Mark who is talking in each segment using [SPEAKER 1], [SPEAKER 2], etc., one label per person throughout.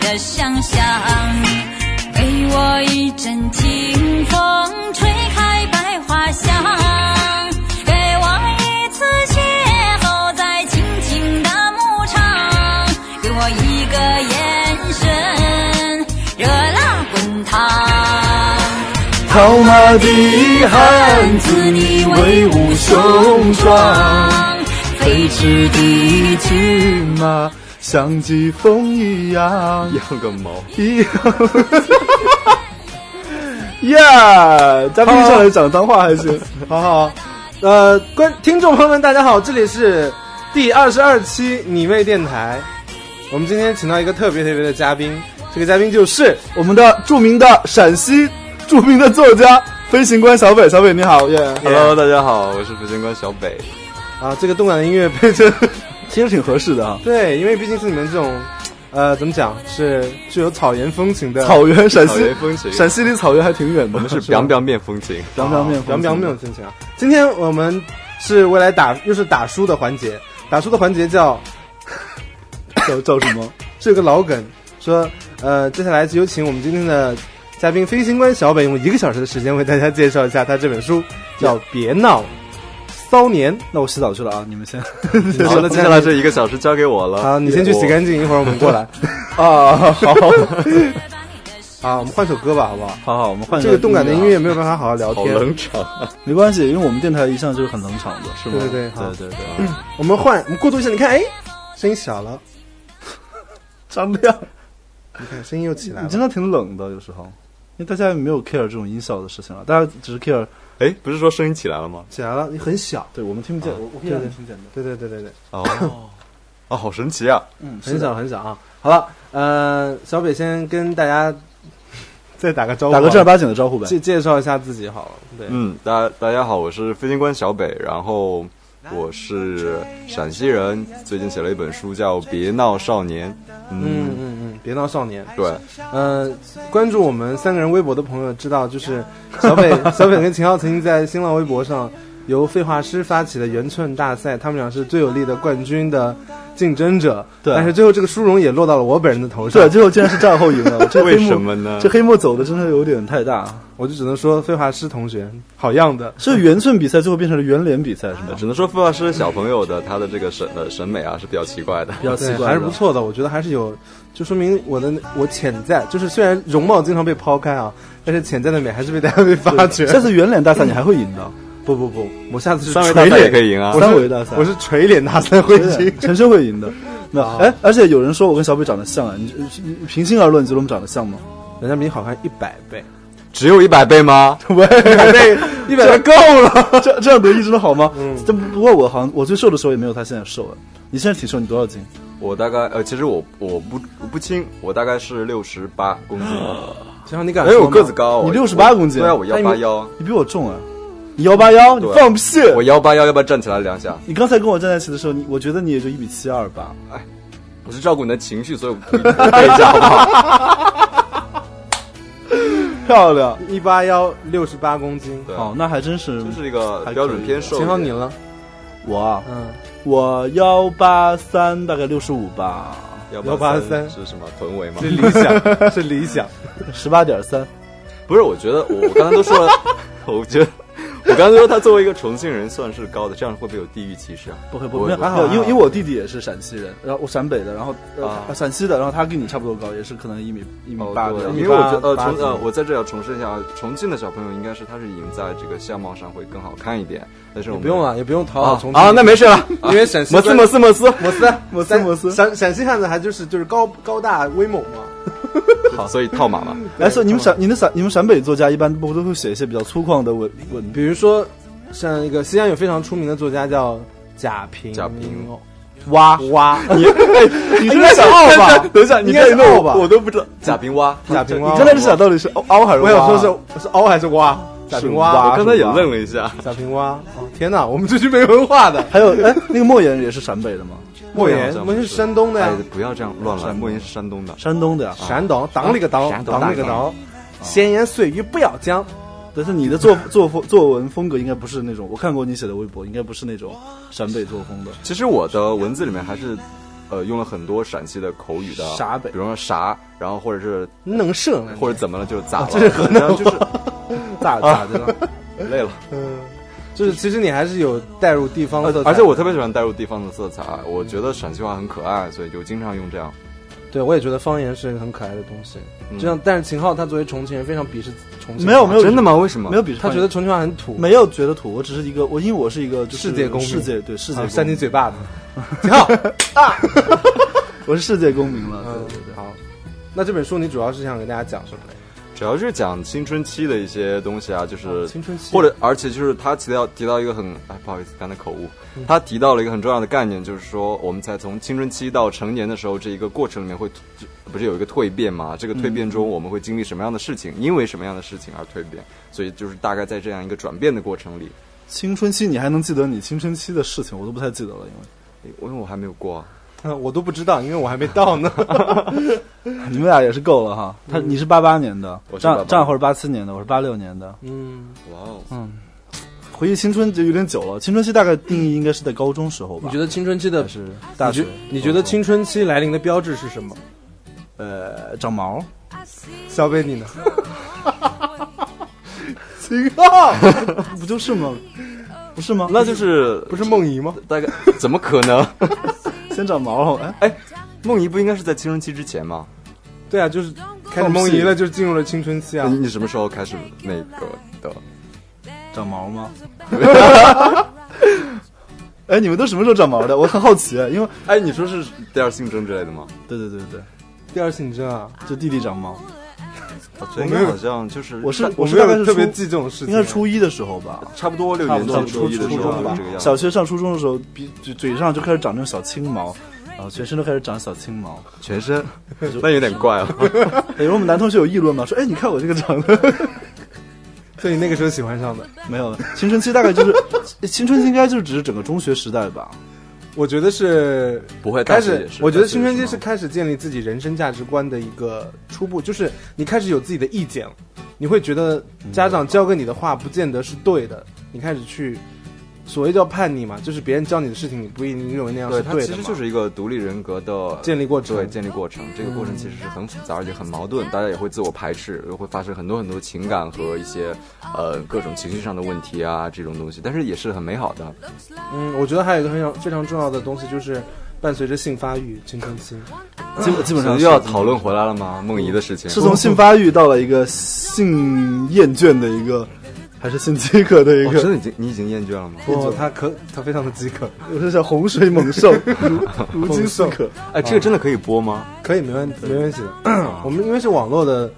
[SPEAKER 1] 的想象，给我一阵清风，吹开百花香，给我一次邂逅在青青的牧场，给我一个眼神，热辣滚烫。
[SPEAKER 2] 套马的汉子，你威武雄壮。
[SPEAKER 1] 飞驰的骏
[SPEAKER 2] 骏马像疾风一样。
[SPEAKER 3] 要个毛！
[SPEAKER 2] 一 呀，嘉宾上来讲脏话还 行，好好好。
[SPEAKER 3] 呃，观听众朋友们，大家好，这里是第二十二期你妹电台。我们今天请到一个特别特别的嘉宾，这个嘉宾就是
[SPEAKER 2] 我们的著名的陕西著名的作家飞行官小北，小北你好，耶、
[SPEAKER 3] Hello，
[SPEAKER 4] 大家好，我是北京官小 北。
[SPEAKER 3] 啊，这个动感的音乐被这，
[SPEAKER 2] 其实挺合适的啊
[SPEAKER 3] 对，因为毕竟是你们这种，呃，怎么讲，是具有草原风情的
[SPEAKER 2] 草原陕
[SPEAKER 4] 草
[SPEAKER 2] 西
[SPEAKER 4] 原风情
[SPEAKER 2] 陕西离草原还挺远的，我们
[SPEAKER 4] 是 biang biang 面 风情，
[SPEAKER 2] 表表面
[SPEAKER 3] 啊表表面心情啊。今天我们是未来打又是打书的环节，打书的环节叫
[SPEAKER 2] 叫叫什么？
[SPEAKER 3] 这个老梗，说呃，接下来就有请我们今天的嘉宾飞行官小北，用一个小时的时间为大家介绍一下他这本书，叫《别闹骚年》。
[SPEAKER 2] 那我洗澡去了啊，你们先
[SPEAKER 4] 好了， 接下来这一个小时交给我了。
[SPEAKER 3] 好，你先去洗干净，一会儿我们过来。
[SPEAKER 2] 啊，好，
[SPEAKER 3] 啊，我们换首歌吧，好不好？
[SPEAKER 2] 好好，我们换啊
[SPEAKER 3] 这个动感的音乐没有办法好好聊
[SPEAKER 4] 好
[SPEAKER 3] 天，
[SPEAKER 4] 冷场啊，
[SPEAKER 2] 没关系，因为我们电台一向就是很冷场的，是
[SPEAKER 3] 对对对，好
[SPEAKER 2] 对，对
[SPEAKER 4] 啊
[SPEAKER 2] 对，
[SPEAKER 3] 我们换，我们过渡一下，你看，哎，声音小了，
[SPEAKER 2] 张 亮，
[SPEAKER 3] 你看声音又起来
[SPEAKER 2] 你
[SPEAKER 3] 了，
[SPEAKER 2] 真的挺冷的，有时候，因为大家也没有 care 这种音效的事情了，大家只是 care，
[SPEAKER 4] 哎，不是说声音起来 了吗？
[SPEAKER 3] 起来了，你很小，
[SPEAKER 2] 对我们听不啊见，我我可以让你听见的，
[SPEAKER 3] 对对对对对，
[SPEAKER 4] 哦，哦，好神奇啊！
[SPEAKER 2] 嗯，
[SPEAKER 3] 很小很小啊。好了，呃，小北先跟大家再打个招呼，
[SPEAKER 2] 打个正儿八经的招呼呗。
[SPEAKER 3] 介介绍一下自己好了，对，
[SPEAKER 4] 嗯，大大家好，我是飞行官小北，然后我是陕西人，最近写了一本书叫《别闹少年》。
[SPEAKER 3] 嗯
[SPEAKER 4] 嗯，
[SPEAKER 3] 嗯嗯，别闹少年。
[SPEAKER 4] 对，
[SPEAKER 3] 呃，关注我们三个人微博的朋友知道， 就是小北、小北跟秦昊曾经在新浪微博上由废话师发起的圆寸大赛，他们俩是最有力的冠军的竞争者。
[SPEAKER 2] 对
[SPEAKER 3] 但是最后这个殊荣也落到了我本人的头上
[SPEAKER 2] 对，。最后竟然是战后赢 了，这黑
[SPEAKER 4] 为
[SPEAKER 2] 幕
[SPEAKER 4] 什么呢
[SPEAKER 2] 这黑幕走的真的有点太大，
[SPEAKER 3] 我就只能说废话师同学，好样的！
[SPEAKER 2] 是圆寸比赛最后变成了圆脸比赛是吗？
[SPEAKER 4] 只能说傅老师小朋友的他的这个审呃审美啊是比较奇怪的。
[SPEAKER 2] 比较奇
[SPEAKER 3] 对，
[SPEAKER 2] 怪，
[SPEAKER 3] 还是不。错的，我觉得还是有，就说明我的我潜在，就是虽然容貌经常被抛开啊，但是潜在的美还是被大家被发掘。
[SPEAKER 2] 下次圆脸大赛你还会赢的，
[SPEAKER 3] 不不不，我下次是
[SPEAKER 4] 三维大
[SPEAKER 3] 锤
[SPEAKER 4] 赛也
[SPEAKER 3] 脸
[SPEAKER 4] 可以赢啊
[SPEAKER 3] 我！是
[SPEAKER 2] 三维大赛
[SPEAKER 3] 我是锤脸大赛会
[SPEAKER 2] 对
[SPEAKER 3] 赢。
[SPEAKER 2] 陈升会赢的。那
[SPEAKER 3] 啊
[SPEAKER 2] 哎，而且有人说我跟小北长得像啊，你你平心而论，你觉得我们长得像吗？
[SPEAKER 3] 人家比你好看一百倍，
[SPEAKER 4] 只有一百倍吗？
[SPEAKER 2] 喂，
[SPEAKER 3] 一百倍够了。
[SPEAKER 2] 这这样得意真的好吗？这不不过我好像我最瘦的时候也没有他现在瘦啊。你现在挺瘦，你多少斤？
[SPEAKER 4] 我大概呃，其实我我不我不轻，我大概是六十八公斤。
[SPEAKER 3] 行了，你敢
[SPEAKER 4] 哎，
[SPEAKER 3] 说
[SPEAKER 4] 我
[SPEAKER 3] 吗
[SPEAKER 4] 个子，高，
[SPEAKER 2] 你
[SPEAKER 4] 我
[SPEAKER 2] 68公斤
[SPEAKER 4] 对啊，我
[SPEAKER 3] 那
[SPEAKER 4] 幺
[SPEAKER 3] 你
[SPEAKER 4] 八幺，
[SPEAKER 2] 你比我重啊！你幺八幺，你
[SPEAKER 4] 对
[SPEAKER 2] 放屁！
[SPEAKER 4] 我幺八幺，要不要站起来两下？
[SPEAKER 2] 你刚才跟我站在一起的时候，你我觉得你也就一米七二吧。
[SPEAKER 4] 我是照顾你的情绪，所以我背一下好不 好？
[SPEAKER 2] 漂亮，
[SPEAKER 3] 一八幺六十八公斤。
[SPEAKER 4] 对，
[SPEAKER 2] 哦，那还真是
[SPEAKER 4] 就是一个标准偏瘦
[SPEAKER 3] 秦
[SPEAKER 4] 一点。
[SPEAKER 3] 昊你了，
[SPEAKER 2] 我啊，
[SPEAKER 3] 嗯，
[SPEAKER 2] 我幺八三，大概六十五吧，
[SPEAKER 3] 183
[SPEAKER 4] 是什么臀围吗
[SPEAKER 3] 是？理想，是理想。
[SPEAKER 2] 十八点三。
[SPEAKER 4] 不是，我觉得我我刚才都说了，我觉得我刚才说他作为一个重庆人算是高的，这样会不会有地域歧视啊？
[SPEAKER 2] 不会
[SPEAKER 4] 不
[SPEAKER 2] 不
[SPEAKER 4] 会
[SPEAKER 2] 会，
[SPEAKER 4] 不会
[SPEAKER 2] 还好，因为因为我弟弟也是陕西人，然后我陕北的，然后呃
[SPEAKER 4] 啊
[SPEAKER 2] 他陕西的，然后他跟你差不多高，也是可能一米一米
[SPEAKER 4] 哦
[SPEAKER 2] 八
[SPEAKER 4] 对
[SPEAKER 2] 的
[SPEAKER 4] 啊
[SPEAKER 2] 样子。
[SPEAKER 4] 因为我觉得
[SPEAKER 3] 188
[SPEAKER 4] 呃，重呃，
[SPEAKER 3] 斤
[SPEAKER 4] 我在这要重申一下，啊，重庆的小朋友应该是他是赢在这个相貌上会更好看一点，但是我们
[SPEAKER 3] 不用了，也不用讨好
[SPEAKER 4] 啊
[SPEAKER 3] 重庆
[SPEAKER 4] 啊，那没事了，
[SPEAKER 3] 因为陕西
[SPEAKER 4] 摩斯摩斯摩斯，
[SPEAKER 3] 摩斯
[SPEAKER 2] 摩斯
[SPEAKER 3] 但
[SPEAKER 2] 摩斯
[SPEAKER 3] 陕陕西汉子还就是就是高高大威猛嘛。
[SPEAKER 4] 好，所以套马嘛。
[SPEAKER 2] 哎，所以你们陕、你们陕、你们陕北作家一般不都会写一些比较粗犷的文文
[SPEAKER 3] 比如说，像一个西安有非常出名的作家叫贾平
[SPEAKER 4] 贾平
[SPEAKER 2] 蛙？
[SPEAKER 3] 蛙，
[SPEAKER 2] 你 哎你这是想
[SPEAKER 3] 应该
[SPEAKER 2] 傲
[SPEAKER 3] 是
[SPEAKER 2] 吧？
[SPEAKER 3] 等一下
[SPEAKER 2] 你
[SPEAKER 3] 应该
[SPEAKER 2] 在
[SPEAKER 3] 是
[SPEAKER 2] 弄
[SPEAKER 3] 傲吧
[SPEAKER 2] 我都不知道。
[SPEAKER 4] 贾平凹，
[SPEAKER 3] 贾平凹
[SPEAKER 2] 你刚才是想到底是凹凹还是
[SPEAKER 3] 我
[SPEAKER 2] 蛙？
[SPEAKER 3] 想说是是凹还是蛙？贾平
[SPEAKER 2] 是蛙
[SPEAKER 4] 我
[SPEAKER 3] 蛙，
[SPEAKER 4] 刚才也愣了一下。
[SPEAKER 3] 贾平蛙。哦，天哪，我们这群没文化的。
[SPEAKER 2] 还有哎，那个莫言也是陕北的吗？
[SPEAKER 3] 莫言
[SPEAKER 4] 好，像
[SPEAKER 3] 莫言
[SPEAKER 4] 不
[SPEAKER 3] 是山东的呀
[SPEAKER 4] 哎，，不要这样乱来。莫言是山东的，
[SPEAKER 2] 山东的呀。
[SPEAKER 3] 山东，挡里个挡，
[SPEAKER 4] 山东
[SPEAKER 3] 挡里个挡。闲言碎语不要讲，
[SPEAKER 2] 但是你的作作风作文风格应该不是那种，我看过你写的微博，应该不是那种陕北作风的。
[SPEAKER 4] 其实我的文字里面还是呃用了很多陕西的口语的，
[SPEAKER 3] 啥北
[SPEAKER 4] 比如说啥，然后或者是
[SPEAKER 3] 能射呢，
[SPEAKER 4] 或者怎么了，就是咋了，
[SPEAKER 3] 啊这是河南
[SPEAKER 4] 然后就是
[SPEAKER 3] 咋咋 的了？
[SPEAKER 4] 累了。
[SPEAKER 3] 嗯，就是其实你还是有带入地方的色彩，
[SPEAKER 4] 而且我特别喜欢带入地方的色彩，啊我觉得陕西话很可爱，所以就经常用这样。
[SPEAKER 3] 对我也觉得方言是一个很可爱的东西。
[SPEAKER 4] 嗯
[SPEAKER 3] 就像，但是秦昊他作为重庆人，非常鄙视重庆，啊
[SPEAKER 2] 没有没有
[SPEAKER 4] 啊真的吗？为什么？
[SPEAKER 2] 没有鄙视
[SPEAKER 3] 他
[SPEAKER 2] 方言，
[SPEAKER 3] 觉得重庆话很土，
[SPEAKER 2] 没有觉得土，我只是一个我，因为我是一个就是
[SPEAKER 3] 世界公民
[SPEAKER 2] 世界对世界
[SPEAKER 3] 啊
[SPEAKER 2] 公
[SPEAKER 3] 扇你
[SPEAKER 2] 民，
[SPEAKER 3] 嘴巴子。秦昊，
[SPEAKER 2] 我是世界公民了，
[SPEAKER 3] 嗯
[SPEAKER 2] 对对，对。
[SPEAKER 3] 好。那这本书你主要是想给大家讲什么呢？
[SPEAKER 4] 主要是讲青春期的一些东西啊，就是、
[SPEAKER 3] 哦青春期
[SPEAKER 4] 或者而且就是他提到提到一个很哎不好意思，刚才口误，他提到了一个很重要的概念，就是说我们在从青春期到成年的时候，这一个过程里面会不是有一个蜕变嘛？这个蜕变中我们会经历什么样的事情，因为什么样的事情而蜕变，所以就是大概在这样一个转变的过程里，
[SPEAKER 2] 青春期你还能记得你青春期的事情，我都不太记得了，因
[SPEAKER 4] 因为我还没有过啊、
[SPEAKER 3] 嗯 我都不知道，因为我还没到呢。
[SPEAKER 2] 为 你们俩也是够了哈。
[SPEAKER 3] 嗯
[SPEAKER 2] 他你是八八年的
[SPEAKER 4] 我，是
[SPEAKER 2] 张
[SPEAKER 4] 88
[SPEAKER 2] 张或者八七年的，我是八六年的。
[SPEAKER 3] 嗯，
[SPEAKER 4] 哇哦，
[SPEAKER 2] 回忆青春就有点久了，青春期大概定义应该是在高中时候吧。
[SPEAKER 3] 你觉得青春期的
[SPEAKER 2] 还是
[SPEAKER 3] 你
[SPEAKER 2] 大学
[SPEAKER 3] 觉？你觉得青春期来临的标志是什么？
[SPEAKER 2] 呃长毛？
[SPEAKER 3] 小北你呢？
[SPEAKER 2] 秦昊 不就是吗？不 是吗？
[SPEAKER 4] 那就是
[SPEAKER 3] 不是梦遗吗？
[SPEAKER 4] 大概 怎么可能？
[SPEAKER 2] 先长毛，哎，
[SPEAKER 4] 哎， 梦怡不应该是在青春期之前吗？
[SPEAKER 3] 对啊，就是开始梦遗了，就进入了青春期啊。
[SPEAKER 2] 嗯
[SPEAKER 4] 你你什么时候开始那个的？
[SPEAKER 2] 长毛吗？ 哎，你们都什么时候长毛的？我很好奇，因为
[SPEAKER 4] 哎，你说是第二性征之类的吗？
[SPEAKER 2] 对对对对，
[SPEAKER 3] 第二性征啊，
[SPEAKER 2] 就弟弟长毛，
[SPEAKER 4] 我觉得应该好像就是
[SPEAKER 2] 我是
[SPEAKER 3] 我
[SPEAKER 2] 我
[SPEAKER 3] 没
[SPEAKER 2] 是大概
[SPEAKER 3] 有
[SPEAKER 2] 是
[SPEAKER 3] 特别
[SPEAKER 2] 初
[SPEAKER 3] 记这种事情。啊
[SPEAKER 2] 应该是初一的时候吧，
[SPEAKER 4] 差不多六年级
[SPEAKER 2] 上
[SPEAKER 4] 初
[SPEAKER 2] 初
[SPEAKER 4] 一的
[SPEAKER 2] 初
[SPEAKER 4] 时候
[SPEAKER 2] 中
[SPEAKER 4] 就
[SPEAKER 2] 吧
[SPEAKER 4] 这个样，
[SPEAKER 2] 小
[SPEAKER 4] 子。
[SPEAKER 2] 学上初中的时候，鼻嘴嘴上就开始长那种小青毛，然后全身都开始长小青毛。
[SPEAKER 4] 全身，那有点 怪啊。
[SPEAKER 2] 有时候我们男同学有议论嘛，说哎，你看我这个长的
[SPEAKER 3] 所以那个时候喜欢上的，
[SPEAKER 2] 没有了。青春期大概就是青春期应该就只是整个中学时代吧。
[SPEAKER 3] 我觉得是
[SPEAKER 4] 不会
[SPEAKER 3] 开
[SPEAKER 4] 大学
[SPEAKER 3] 始
[SPEAKER 4] 也，是
[SPEAKER 3] 我觉得
[SPEAKER 4] 大学
[SPEAKER 3] 青春期
[SPEAKER 4] 也是
[SPEAKER 3] 是开始建立自己人生价值观的一个初步，就是你开始有自己的意见了，你会觉得家长教给你的话不见得是对的，你开始去所谓叫叛逆嘛，就是别人教你的事情你不一定认为那样
[SPEAKER 4] 对，它
[SPEAKER 3] 对
[SPEAKER 4] 其
[SPEAKER 3] 的
[SPEAKER 4] 实
[SPEAKER 3] 嘛
[SPEAKER 4] 就。是一个独立人格的
[SPEAKER 3] 建立过程嗯
[SPEAKER 4] 对，建立过程。这个过程其实是很复杂，而且很矛盾，大家也会自我排斥，也会发生很多很多情感和一些呃各种情绪上的问题啊这种东西，但是也是很美好的。
[SPEAKER 3] 嗯，我觉得还有一个非常非常重要的东西就是伴随着性发育青春期，
[SPEAKER 2] 基本基本
[SPEAKER 3] 嗯
[SPEAKER 4] 所
[SPEAKER 2] 上
[SPEAKER 4] 以
[SPEAKER 2] 是
[SPEAKER 4] 又要讨论回来了吗？梦怡的事情
[SPEAKER 2] 是从性发育到了一个性厌倦的一个，还是性饥渴的一
[SPEAKER 4] 哦
[SPEAKER 2] 个？
[SPEAKER 4] 真的已经你已经厌倦了吗？
[SPEAKER 3] 哦，他可他非常的饥渴，
[SPEAKER 2] 我是叫洪水猛 兽， 如如饥似渴。
[SPEAKER 4] 哎，这个真的可以播吗？
[SPEAKER 3] 可以没问没问题的。
[SPEAKER 2] 啊
[SPEAKER 3] 我们因为是网络的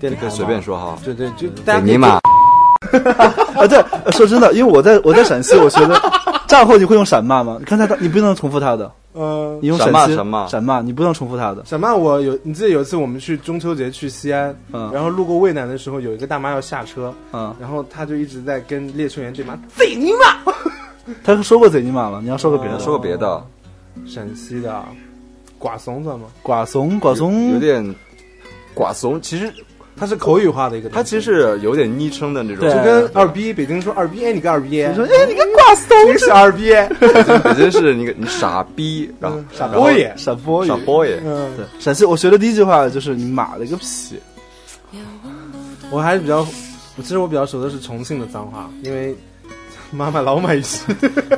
[SPEAKER 3] 电
[SPEAKER 4] 你
[SPEAKER 3] 台，
[SPEAKER 4] 可以随便，说哈。
[SPEAKER 3] 对对，就大家可以
[SPEAKER 4] 尼玛，
[SPEAKER 2] 啊，对，呃说真的，因为我在我在陕西，我学的战后你会用陕骂吗？你看他的，你不能重复他的，
[SPEAKER 3] 呃
[SPEAKER 2] 你用
[SPEAKER 4] 陕
[SPEAKER 2] 陕
[SPEAKER 4] 骂
[SPEAKER 2] 西
[SPEAKER 4] 陕骂
[SPEAKER 2] 陕骂，你不能重复他的。
[SPEAKER 3] 小曼，我有你记得有一次我们去中秋节去西安，
[SPEAKER 2] 嗯
[SPEAKER 3] 然后路过渭南的时候，有一个大妈要下车，
[SPEAKER 2] 嗯
[SPEAKER 3] 然后她就一直在跟列车员对骂
[SPEAKER 2] 他说过贼尼玛吗？你要说个别的，
[SPEAKER 4] 说个别的，
[SPEAKER 3] 陕西的啊寡怂算吗？
[SPEAKER 2] 寡怂，寡
[SPEAKER 4] 有有
[SPEAKER 2] 怂，
[SPEAKER 4] 点寡怂，其实
[SPEAKER 3] 它是口语化的一个东
[SPEAKER 4] 它
[SPEAKER 3] 西，
[SPEAKER 4] 其实是有点昵称的那种，
[SPEAKER 2] 对
[SPEAKER 3] 就跟二逼，北京说二逼，哎你个二逼，你
[SPEAKER 2] 说哎，你看寡
[SPEAKER 3] 你
[SPEAKER 2] 怂，
[SPEAKER 3] 是二逼，哎
[SPEAKER 4] 北京是你个你傻逼，然后
[SPEAKER 3] 傻 boy，
[SPEAKER 4] 哦
[SPEAKER 2] 陕波语
[SPEAKER 4] 傻。boy，
[SPEAKER 3] 嗯，
[SPEAKER 2] 对，陕西我学的第一句话就是你妈了个屁，
[SPEAKER 3] 我还是比较，我其实我比较熟的是重庆的脏话，因为妈妈老买一些，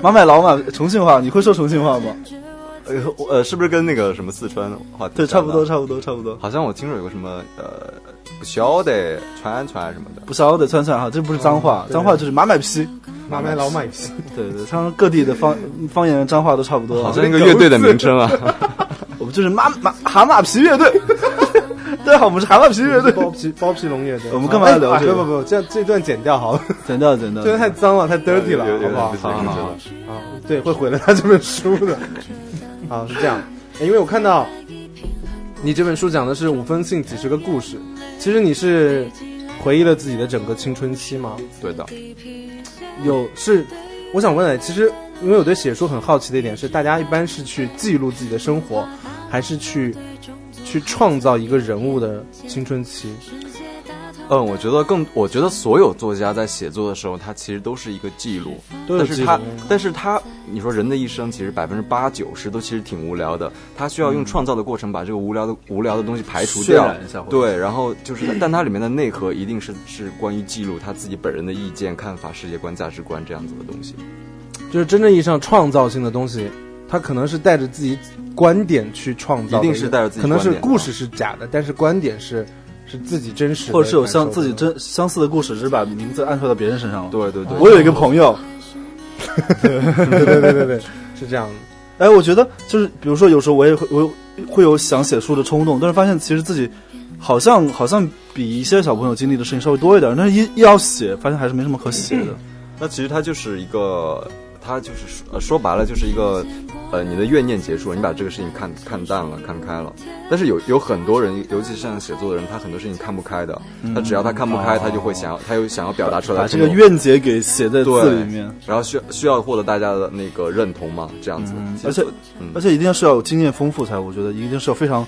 [SPEAKER 2] 妈卖老马重庆话，你会说重庆话吗？
[SPEAKER 4] 呃呃，是不是跟那个什么四川话题
[SPEAKER 2] 对，差不多，
[SPEAKER 4] 像
[SPEAKER 2] 差
[SPEAKER 4] 的
[SPEAKER 2] 不多，差不多。
[SPEAKER 4] 好像我听说有个什么呃，不晓得传安传安什么的，
[SPEAKER 2] 不晓得串串哈，这不是脏话，
[SPEAKER 3] 嗯对
[SPEAKER 2] 脏话就是马买 批。
[SPEAKER 3] 妈妈老买一些，
[SPEAKER 2] 对对，他们各地的方方言脏话都差不多。啊
[SPEAKER 4] 好像一个乐队的名称啊。
[SPEAKER 2] 我们就是马马蛤蟆皮乐队。 大家好，我们是蛤蟆皮乐队。
[SPEAKER 3] 包皮包皮龙乐队，
[SPEAKER 2] 我们干嘛要聊
[SPEAKER 3] 哎
[SPEAKER 2] 这个
[SPEAKER 3] 不不不，这样这段剪掉好了，
[SPEAKER 2] 剪掉，剪掉。
[SPEAKER 3] 这段太脏了，太 dirty 了，
[SPEAKER 4] 有有
[SPEAKER 3] 好
[SPEAKER 4] 有
[SPEAKER 3] 不好？
[SPEAKER 4] 有有有有有
[SPEAKER 3] 啊，对，会毁了他这本书的。啊，是这样，因为我看到你这本书讲的是五封信几十个故事，其实你是回忆了自己的整个青春期吗？
[SPEAKER 4] 对的，
[SPEAKER 3] 有是，我想问哎，其实因为我对写书很好奇的一点是，大家一般是去记录自己的生活，还是去去创造一个人物的青春期？
[SPEAKER 4] 嗯，我觉得更，我觉得所有作家在写作的时候，他其实都是一个记录，
[SPEAKER 3] 都有
[SPEAKER 4] 但
[SPEAKER 3] 记
[SPEAKER 4] 是
[SPEAKER 3] 录
[SPEAKER 5] 嗯
[SPEAKER 4] 他，但是他，你说人的一生其实百分之八九十都其实挺无聊的，他需要用创造的过程把这个无聊的无聊的东西排除
[SPEAKER 5] 嗯渲
[SPEAKER 4] 掉
[SPEAKER 5] 染一下，或者
[SPEAKER 4] 对，然后就是，但它里面的内核一定是是关于记录他自己本人的意见、看法、世界观、价值观这样子的东西。
[SPEAKER 3] 就是真正意义上创造性的东西，它可能是带着自己观点去创造的，
[SPEAKER 4] 一定是带着自己
[SPEAKER 3] 可能是
[SPEAKER 4] 观点的
[SPEAKER 3] 故事是假的，但是观点是是自己真实的感受的，
[SPEAKER 2] 或者是有相自己真相似的故事，只是把名字暗戳到别人身上了。
[SPEAKER 4] 对对对，
[SPEAKER 2] 我有一个朋友，
[SPEAKER 3] 对对对对对，是这样的。
[SPEAKER 2] 哎，我觉得就是，比如说有时候我也会，我会有想写书的冲动，但是发现其实自己好像好像比一些小朋友经历的事情稍微多一点，但是一一要写，发现还是没什么可写的。
[SPEAKER 4] 那其实它就是一个，它就是说、呃、说白了就是一个，呃，你的怨念结束了，你把这个事情看看淡了，看开了。但是有有很多人，尤其是像写作的人，他很多事情看不开的。他只要他看不开，他就会想要，他又想要表达出来
[SPEAKER 2] 嗯哦把
[SPEAKER 4] 的
[SPEAKER 2] 这
[SPEAKER 4] 冲动。
[SPEAKER 2] 个愿解给写在字里面，
[SPEAKER 4] 然后需要需要获得大家的那个认同嘛，这样子。其实
[SPEAKER 2] 而且
[SPEAKER 4] 嗯
[SPEAKER 2] 而且一定是要有经验丰富才，我觉得一定是要非常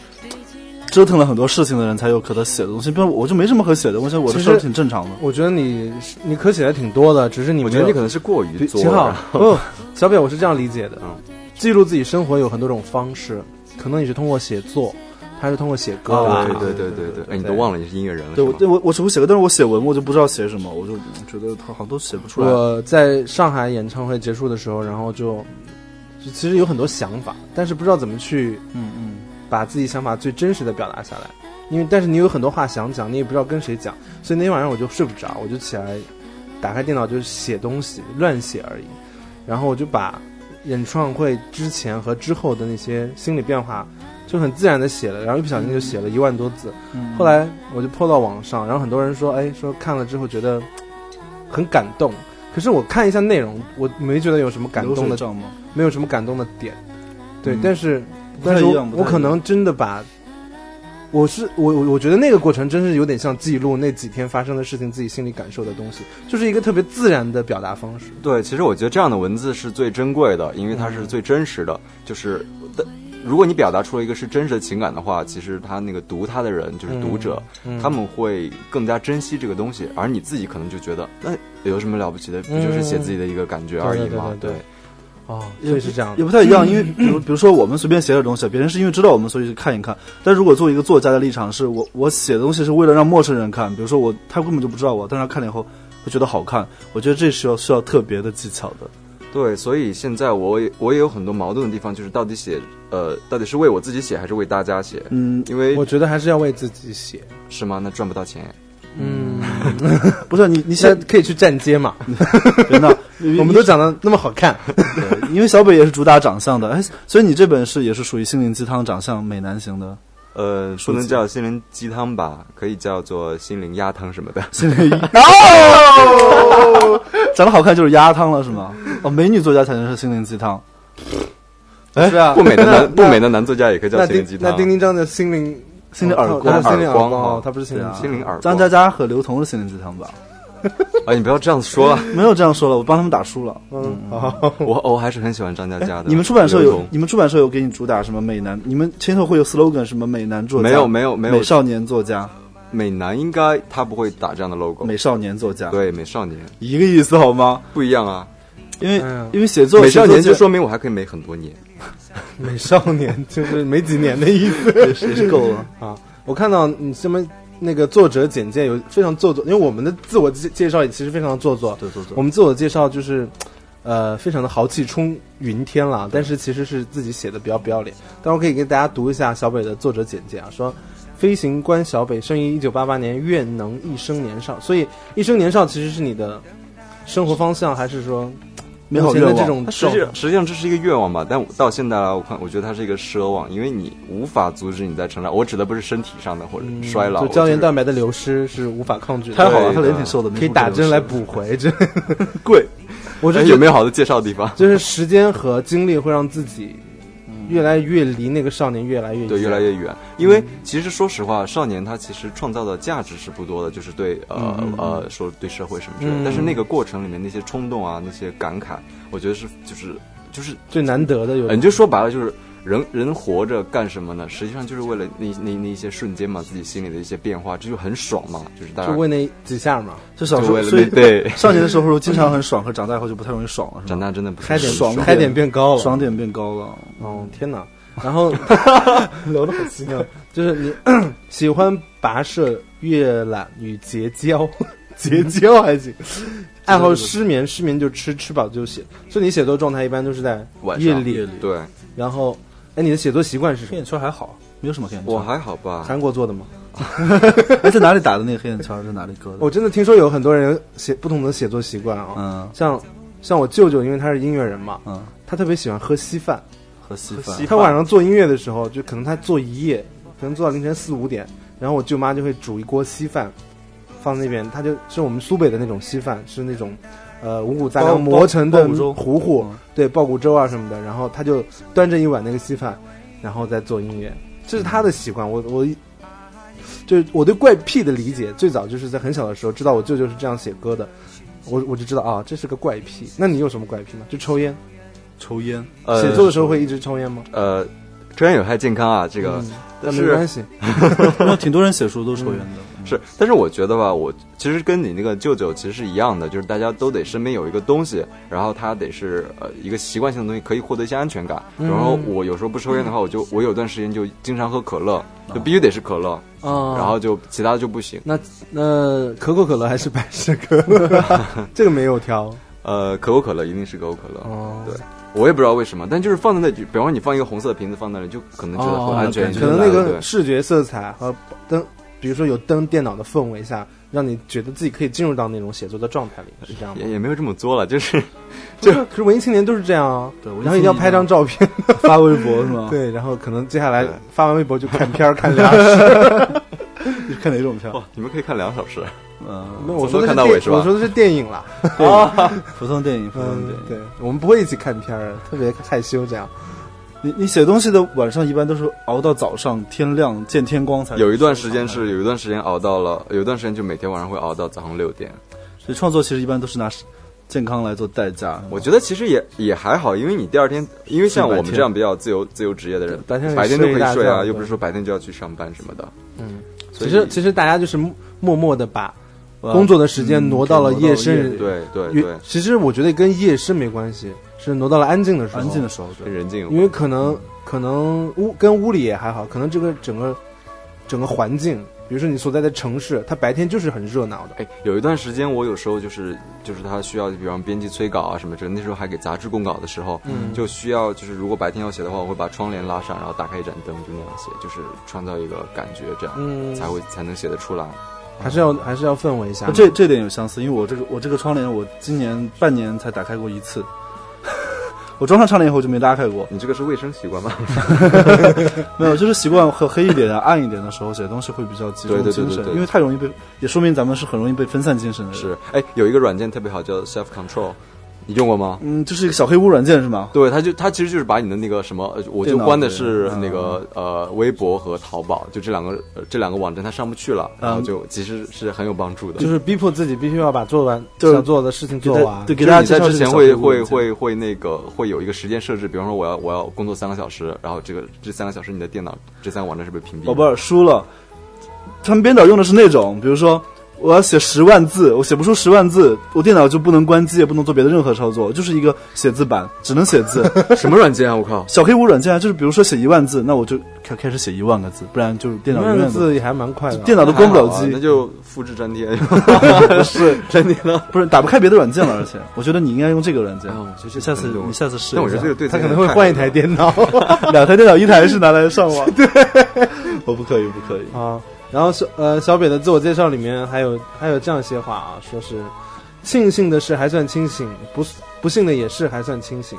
[SPEAKER 2] 折腾了很多事情的人才有可写的东西。不然我就没什么可写的，我觉得我的
[SPEAKER 3] 其
[SPEAKER 2] 事儿
[SPEAKER 3] 实
[SPEAKER 2] 挺正常的。
[SPEAKER 3] 我觉得你你可写的挺多的，只是你
[SPEAKER 4] 我
[SPEAKER 3] 没
[SPEAKER 4] 觉得
[SPEAKER 3] 有
[SPEAKER 4] 你可能是过于
[SPEAKER 3] 对
[SPEAKER 4] 作
[SPEAKER 3] 挺好
[SPEAKER 4] 了。。
[SPEAKER 3] 不，小北，我是这样理解的
[SPEAKER 4] 嗯，
[SPEAKER 3] 记录自己生活有很多种方式，可能你是通过写作，他是通过写歌
[SPEAKER 4] 啊
[SPEAKER 3] 来记
[SPEAKER 4] 对
[SPEAKER 3] 录的。
[SPEAKER 4] 对对对对，哎，你都忘了你是音乐人了，
[SPEAKER 2] 对，我
[SPEAKER 4] 是吗
[SPEAKER 2] 对我我只会写歌，但是我写文我就不知道写什么，我就觉得他好像都写不出来。
[SPEAKER 3] 我在上海演唱会结束的时候，然后就就其实有很多想法，但是不知道怎么去
[SPEAKER 2] 嗯嗯，
[SPEAKER 3] 把自己想法最真实的表达下来。因为但是你有很多话想讲，你也不知道跟谁讲，所以那天晚上我就睡不着，我就起来打开电脑就写东西，乱写而已。然后我就把演唱会之前和之后的那些心理变化就很自然的写了，然后一不小心就写了一万多字。
[SPEAKER 2] 嗯
[SPEAKER 3] 后来我就 po 到网上，然后很多人说，哎，说看了之后觉得嘖很感动。可是我看一下内容，我没觉得有什么感动
[SPEAKER 2] 流水
[SPEAKER 3] 的
[SPEAKER 2] 账吗？
[SPEAKER 3] 没有什么感动的点，对，
[SPEAKER 2] 嗯
[SPEAKER 3] 但是
[SPEAKER 2] 不
[SPEAKER 3] 但
[SPEAKER 2] 太
[SPEAKER 3] 是
[SPEAKER 2] 一
[SPEAKER 3] 我
[SPEAKER 2] 样不太
[SPEAKER 3] 我可
[SPEAKER 2] 一样
[SPEAKER 3] 能真的把，我是我我我觉得那个过程真是有点像记录那几天发生的事情，自己心里感受的东西，就是一个特别自然的表达方式。
[SPEAKER 4] 对，其实我觉得这样的文字是最珍贵的，因为它是最真实的。就是，但如果你表达出了一个是真实的情感的话，其实他那个读它的人，就是读者，
[SPEAKER 3] 嗯
[SPEAKER 4] 他们会更加珍惜这个东西，而你自己可能就觉得那有什么了不起的，不就是写自己的一个感觉而已嘛
[SPEAKER 3] 嗯？对对对对哦，
[SPEAKER 2] 也
[SPEAKER 3] 所
[SPEAKER 2] 不
[SPEAKER 3] 以是这样
[SPEAKER 2] 也
[SPEAKER 3] 的，
[SPEAKER 2] 不太一样，因为比如比如说我们随便写点东西，别人是因为知道我们所以去看一看。但如果作为一个作家的立场，是我我写的东西是为了让陌生人看，比如说我他根本就不知道我，但是他看了以后会觉得好看，我觉得这是要需要特别的技巧的。
[SPEAKER 4] 对，所以现在我也我也有很多矛盾的地方，就是到底写呃，到底是为我自己写还是为大家写？
[SPEAKER 2] 嗯，
[SPEAKER 4] 因为
[SPEAKER 3] 我觉得还是要为自己写，
[SPEAKER 4] 是吗？那赚不到钱。
[SPEAKER 3] 嗯，
[SPEAKER 2] 不是啊你你
[SPEAKER 3] 现
[SPEAKER 2] 写
[SPEAKER 3] 在可以去站街嘛，
[SPEAKER 2] 别 闹，
[SPEAKER 3] 我们都长得那么好看，
[SPEAKER 2] 对因为小北也是主打长相的，哎，所以你这本是也是属于心灵鸡汤长相美男型 的
[SPEAKER 4] 呃，不能叫心灵鸡汤吧，可以叫做心灵鸭汤什么的。
[SPEAKER 2] 心灵哦， 长得好看就是鸭汤了是吗？哦，美女作家才能是心灵鸡汤。
[SPEAKER 3] 是啊
[SPEAKER 4] 哎不美的男不美
[SPEAKER 3] 的
[SPEAKER 4] 的男作家也可以叫
[SPEAKER 3] 那
[SPEAKER 4] 心灵鸡
[SPEAKER 3] 丁
[SPEAKER 4] 汤。啊
[SPEAKER 3] 那丁丁张的心灵
[SPEAKER 2] 心灵耳
[SPEAKER 3] 哦
[SPEAKER 2] 光
[SPEAKER 3] 他他心灵
[SPEAKER 4] 耳
[SPEAKER 3] 耳
[SPEAKER 4] 光
[SPEAKER 3] 光哦
[SPEAKER 4] 哦，
[SPEAKER 3] 他不是心灵
[SPEAKER 2] 对啊
[SPEAKER 3] 鸡
[SPEAKER 4] 心灵耳
[SPEAKER 2] 张
[SPEAKER 4] 光
[SPEAKER 2] 佳佳和刘同是心灵鸡汤吧？
[SPEAKER 4] 啊，你不要这样说了，
[SPEAKER 2] 没有这样说了，我帮他们打输了。
[SPEAKER 3] 汤，嗯，好，
[SPEAKER 4] 我我还是很喜欢张嘉
[SPEAKER 3] 哎
[SPEAKER 4] 佳的。
[SPEAKER 2] 你们出版社
[SPEAKER 4] 刘
[SPEAKER 2] 有
[SPEAKER 4] 同
[SPEAKER 2] 你们出版社有给你主打什么美男？你们前头会有 slogan 什么美男作家？
[SPEAKER 4] 没有没有没有
[SPEAKER 2] 美少年作家，
[SPEAKER 4] 美男应该他不会打这样的 logo，
[SPEAKER 2] 美少年作家，，
[SPEAKER 4] 对美少年
[SPEAKER 2] 一个意思好吗？
[SPEAKER 4] 不一样啊，
[SPEAKER 2] 因为、
[SPEAKER 3] 哎呀
[SPEAKER 2] 因为写作
[SPEAKER 4] 美少年就
[SPEAKER 2] 写作
[SPEAKER 4] 说明我还可以美很多年。
[SPEAKER 3] 美少年就是没几年的意思。
[SPEAKER 2] 界也 是也是够了。
[SPEAKER 3] 啊，我看到你什么那个作者简介有非常做作，因为我们的自我介介绍也其实非常做作。
[SPEAKER 2] 对对对
[SPEAKER 3] 我们自我介绍就是，呃，非常的豪气冲云天啦，但是其实是自己写的比较不要脸。但我可以给大家读一下小北的作者简介啊，说。飞行官小北生于一九八八年，愿能一生年少。所以，一生年少其实是你的生活方向，还是说
[SPEAKER 2] 美好
[SPEAKER 3] 目前
[SPEAKER 2] 愿
[SPEAKER 3] 的
[SPEAKER 2] 望
[SPEAKER 3] 这种
[SPEAKER 4] 实
[SPEAKER 3] 状
[SPEAKER 4] 际
[SPEAKER 3] 态
[SPEAKER 4] 实际上这是一个愿望吧，但我到现在来我看，我觉得它是一个奢望，因为你无法阻止你在成长。我指的不是身体上的或者衰老，
[SPEAKER 3] 嗯就
[SPEAKER 4] 我
[SPEAKER 3] 胶原
[SPEAKER 4] 指的
[SPEAKER 3] 蛋白的流失是无法抗拒的，
[SPEAKER 2] 太好了，
[SPEAKER 4] 对
[SPEAKER 2] 他
[SPEAKER 4] 的
[SPEAKER 2] 脸挺瘦的，没
[SPEAKER 3] 可以
[SPEAKER 2] 空
[SPEAKER 3] 打
[SPEAKER 2] 这种
[SPEAKER 3] 针来
[SPEAKER 2] 事
[SPEAKER 3] 补回。 这，
[SPEAKER 4] 贵。
[SPEAKER 3] 我
[SPEAKER 4] 哎
[SPEAKER 3] 是
[SPEAKER 4] 有没有好的介绍的地方？
[SPEAKER 3] 就是时间和精力会让自己越来越离那个少年越来越
[SPEAKER 4] 嗯对，
[SPEAKER 3] 远
[SPEAKER 4] 越来越远。因为其实说实话，少年他其实创造的价值是不多的，就是对呃、呃说对社会什么之类的。
[SPEAKER 3] 嗯
[SPEAKER 4] 但是那个过程里面那些冲动啊，那些感慨，我觉得是就是就是，
[SPEAKER 3] 最难得的有
[SPEAKER 4] 呃你就说白了就是人人活着干什么呢？实际上就是为了那那那一些瞬间嘛，自己心里的一些变化，这就很爽嘛，就是大家
[SPEAKER 3] 就问那几下嘛，
[SPEAKER 2] 就小时
[SPEAKER 4] 就为
[SPEAKER 2] 候，
[SPEAKER 4] 了
[SPEAKER 2] 所以
[SPEAKER 4] 那对
[SPEAKER 2] 上学的时候经常很爽，可长大以后就不太容易爽了，是
[SPEAKER 4] 长
[SPEAKER 2] 吧？
[SPEAKER 4] 大真的不是
[SPEAKER 3] 开点
[SPEAKER 2] 爽
[SPEAKER 3] 开点变高了，
[SPEAKER 2] 爽点变高了，
[SPEAKER 4] 嗯
[SPEAKER 3] 哦天哪！然后 聊的好奇妙，就是你喜欢跋涉、阅览与结交， 结
[SPEAKER 4] 嗯
[SPEAKER 3] 交还行。爱好失眠，失眠就吃，吃饱就写。所以你写作状态一般都是在
[SPEAKER 4] 晚
[SPEAKER 3] 夜
[SPEAKER 4] 上
[SPEAKER 3] 里。
[SPEAKER 4] 对
[SPEAKER 3] 然后，哎，你的写作习惯是什
[SPEAKER 2] 黑
[SPEAKER 3] 么
[SPEAKER 2] 眼？圈还好，没有什么黑眼
[SPEAKER 4] 我
[SPEAKER 2] 圈。
[SPEAKER 4] 还好吧，
[SPEAKER 3] 韩国做的吗？
[SPEAKER 2] 哎，在哪里打的那个黑眼圈？在哪里割的？
[SPEAKER 3] 我真的听说有很多人有写不同的写作习惯啊、
[SPEAKER 2] 嗯
[SPEAKER 3] 像像我舅舅，因为他是音乐人嘛，
[SPEAKER 2] 嗯，
[SPEAKER 3] 他特别喜欢喝稀饭。
[SPEAKER 2] 和稀
[SPEAKER 4] 和
[SPEAKER 2] 饭
[SPEAKER 4] 稀。
[SPEAKER 3] 他晚上做音乐的时候，就可能他做一夜，可能做到凌晨四五点，然后我舅妈就会煮一锅稀饭，放那边，他就是我们苏北的那种稀饭，是那种，呃，五谷杂
[SPEAKER 2] 包
[SPEAKER 3] 粮磨成
[SPEAKER 2] 包
[SPEAKER 3] 的
[SPEAKER 2] 谷粥
[SPEAKER 3] 糊糊，
[SPEAKER 2] 嗯
[SPEAKER 3] 对，爆谷粥啊什么的，然后他就端着一碗那个稀饭，然后再做音乐，这是他的习惯。我我，就是我对怪癖的理解，最早就是在很小的时候知道我舅舅是这样写歌的，我我就知道啊，这是个怪癖。那你有什么怪癖吗？就抽烟，
[SPEAKER 2] 抽烟，
[SPEAKER 4] 呃
[SPEAKER 3] 写作的时候会一直抽烟吗？
[SPEAKER 4] 呃，抽烟有害健康啊，这个、
[SPEAKER 3] 那嗯
[SPEAKER 4] 但
[SPEAKER 3] 没关
[SPEAKER 4] 是
[SPEAKER 3] 系，
[SPEAKER 2] 那挺多人写书都抽烟的。嗯
[SPEAKER 4] 是，但是我觉得吧，我其实跟你那个舅舅其实是一样的，就是大家都得身边有一个东西，然后他得是呃一个习惯性的东西，可以获得一些安全感。
[SPEAKER 3] 嗯
[SPEAKER 4] 然后我有时候不抽烟的话，我就我有段时间就经常喝可乐，就必须得是可乐，
[SPEAKER 3] 啊
[SPEAKER 4] 哦然后就其他的就不行。
[SPEAKER 3] 那那可口可乐还是百事可乐？ 这个没有挑
[SPEAKER 4] 呃，可口可乐一定是可口可乐，
[SPEAKER 3] 哦
[SPEAKER 4] 对我也不知道为什么，但就是放在那里，比方说你放一个红色的瓶子放那里，就可能觉得
[SPEAKER 3] 哦
[SPEAKER 4] 很安全一些。
[SPEAKER 3] 可能那个
[SPEAKER 4] 对
[SPEAKER 3] 视觉色彩和灯，比如说有灯、电脑的氛围下，让你觉得自己可以进入到那种写作的状态里，是这样吗
[SPEAKER 4] 也？也没有这么作了，就是
[SPEAKER 3] 就可是文艺青年都是这样啊，
[SPEAKER 2] 对文艺
[SPEAKER 3] 然后一定要
[SPEAKER 2] 青年
[SPEAKER 3] 拍张照片，
[SPEAKER 2] 发微博是吗？，
[SPEAKER 3] 对，然后可能接下来
[SPEAKER 4] 对
[SPEAKER 3] 发完微博就看片儿、看俩事。
[SPEAKER 2] 你看哪种片？
[SPEAKER 4] 哇，你们可以看两个小 时。
[SPEAKER 2] 嗯，
[SPEAKER 3] 那我
[SPEAKER 4] 从
[SPEAKER 3] 说的
[SPEAKER 4] 头看
[SPEAKER 3] 是
[SPEAKER 4] 到
[SPEAKER 3] 电，
[SPEAKER 4] 尾是吧
[SPEAKER 3] 我说的是电影啦。
[SPEAKER 2] 普通电影，普通
[SPEAKER 3] 嗯
[SPEAKER 2] 电，影。
[SPEAKER 3] 对，我们不会一起看片儿，特别害羞这样。
[SPEAKER 2] 你你写东西的晚上一般都是熬到早上天亮见天光才
[SPEAKER 4] 有一段时间是有一段时间熬到了，有一段时间就每天晚上会熬到早上六点。
[SPEAKER 2] 所以创作其实一般都是拿健康来做代价。
[SPEAKER 4] 我觉得其实也也还好，因为你第二天，因为像
[SPEAKER 2] 白
[SPEAKER 4] 我
[SPEAKER 2] 天
[SPEAKER 4] 们这样比较自由自由职业的人，
[SPEAKER 3] 白天也
[SPEAKER 4] 白天就可
[SPEAKER 3] 睡一大
[SPEAKER 4] 以睡
[SPEAKER 3] 觉
[SPEAKER 4] 啊，又不
[SPEAKER 3] 对
[SPEAKER 4] 是说白天就要去上班什么的。
[SPEAKER 3] 嗯，其
[SPEAKER 4] 所以
[SPEAKER 3] 实其实大家就是默默的把
[SPEAKER 2] 呃
[SPEAKER 3] 工作的时间
[SPEAKER 2] 嗯
[SPEAKER 3] 挪到了
[SPEAKER 2] 可以挪
[SPEAKER 3] 夜
[SPEAKER 2] 到
[SPEAKER 3] 深
[SPEAKER 2] 夜
[SPEAKER 3] 人
[SPEAKER 2] 里
[SPEAKER 4] 对对
[SPEAKER 3] 因
[SPEAKER 4] 对
[SPEAKER 3] 为，其实我觉得跟夜深没关系，是挪到了安静
[SPEAKER 4] 哦
[SPEAKER 3] 的时候。
[SPEAKER 2] 安静的，时候，
[SPEAKER 4] 跟
[SPEAKER 2] 对，
[SPEAKER 4] 人静有
[SPEAKER 3] 因为
[SPEAKER 4] 关嗯
[SPEAKER 3] 可能可能屋跟屋里也还好，可能这个整个整个环境，比如说你所在的城市，它白天就是很热闹的。
[SPEAKER 4] 哎，有一段时间我有时候就是就是他需要，比方编辑催稿啊什么之类，那时候还给杂志供稿的时候，
[SPEAKER 3] 嗯
[SPEAKER 4] 就需要就是如果白天要写的话，我会把窗帘拉上，然后打开一盏灯，就那样写，就是创造一个感觉，这样、
[SPEAKER 3] 嗯，
[SPEAKER 4] 才会才能写得出来。
[SPEAKER 3] 还是要还是要氛围一下。
[SPEAKER 2] 这这点有相似，因为我这个我这个窗帘，我今年半年才打开过一次。 我装上窗帘以后就没拉开过，
[SPEAKER 4] 你这个是卫生习惯吗？
[SPEAKER 2] 没有，就是习惯和黑一点啊、暗一点的时候写东西会比较集中
[SPEAKER 4] 对对对
[SPEAKER 2] 精
[SPEAKER 4] 对
[SPEAKER 2] 神，
[SPEAKER 4] 对
[SPEAKER 2] 因为太容易被，也说明咱们是很容易被分散精神的人。，
[SPEAKER 4] 是，哎，有一个软件特别好，叫 Self Control，你用过吗？
[SPEAKER 2] 嗯，就是一个小黑屋软件是吗？
[SPEAKER 4] 对，它就它其实就是把你的那个什么，呃我就
[SPEAKER 2] 电脑
[SPEAKER 4] 关的
[SPEAKER 2] 对
[SPEAKER 4] 是
[SPEAKER 2] 嗯
[SPEAKER 4] 那个呃微博和淘宝，就这两个呃这两个网站它上不去了，然
[SPEAKER 2] 嗯
[SPEAKER 4] 后就其实是很有帮助的。
[SPEAKER 3] 就是逼迫自己必须要把做完
[SPEAKER 2] 就是
[SPEAKER 3] 想做的事情
[SPEAKER 2] 给
[SPEAKER 3] 做
[SPEAKER 2] 大
[SPEAKER 3] 完。
[SPEAKER 2] 对，给
[SPEAKER 4] 就
[SPEAKER 2] 大
[SPEAKER 4] 是
[SPEAKER 2] 家
[SPEAKER 4] 你在
[SPEAKER 2] 介绍
[SPEAKER 4] 之
[SPEAKER 2] 这个
[SPEAKER 4] 前
[SPEAKER 2] 小
[SPEAKER 4] 会
[SPEAKER 2] 黑屋
[SPEAKER 4] 会
[SPEAKER 2] 软件
[SPEAKER 4] 会会那个会有一个时间设置，比方说我要我要工作三个小时，然后这个这三个小时你的电脑这三个网站是被屏蔽
[SPEAKER 2] 宝
[SPEAKER 4] 的。
[SPEAKER 2] 贝儿输了。他们编导用的是那种，比如说我要写十万字，我写不出十万字，我电脑就不能关机，也不能做别的任何操作，就是一个写字板，只能写 字。
[SPEAKER 4] 什么软件啊！我靠，
[SPEAKER 2] 小黑屋软件啊，就是比如说写一万字，那我就开开始写一万个字，不然就是电脑
[SPEAKER 3] 那
[SPEAKER 2] 永
[SPEAKER 3] 个
[SPEAKER 2] 远
[SPEAKER 3] 字也还蛮快的。
[SPEAKER 2] 电脑都关不了
[SPEAKER 4] 还好啊那
[SPEAKER 2] 机，
[SPEAKER 4] 就复制 粘贴。哎
[SPEAKER 2] 是真的不是打不开别的软件了，而且 我觉得你应该用这个软件
[SPEAKER 4] 啊，我觉得这个
[SPEAKER 2] 下次
[SPEAKER 4] 很有
[SPEAKER 2] 你下次试一下。
[SPEAKER 4] 但我觉得这个对
[SPEAKER 3] 他
[SPEAKER 4] 自己
[SPEAKER 3] 可能会
[SPEAKER 4] 太
[SPEAKER 3] 换一
[SPEAKER 4] 好了啊
[SPEAKER 3] 台电 脑。
[SPEAKER 2] 两台电脑，一台是拿来上网。对，我不可以，不可以。
[SPEAKER 3] 啊，然后小呃小北的自我介绍里面还有还有这样些话啊，说是庆幸的是还算清醒，不不幸的也是还算清醒，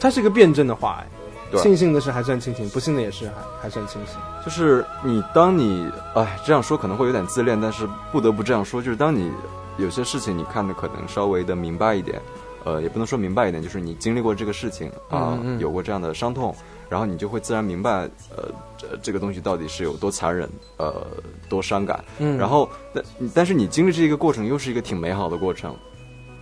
[SPEAKER 3] 它是一个辩证的话哎，
[SPEAKER 4] 对
[SPEAKER 3] 庆幸的是还算清醒，不幸的也是还还算清醒。
[SPEAKER 4] 就是你当你哎这样说可能会有点自恋，但是不得不这样说，就是当你有些事情你看的可能稍微的明白一点，呃，也不能说明白一点，就是你经历过这个事情啊、
[SPEAKER 3] 嗯嗯
[SPEAKER 4] 有过这样的伤痛，然后你就会自然明白，呃，这这个东西到底是有多残忍，呃，多伤感。
[SPEAKER 3] 嗯
[SPEAKER 4] 然后但但是你经历这一个过程又是一个挺美好的过程，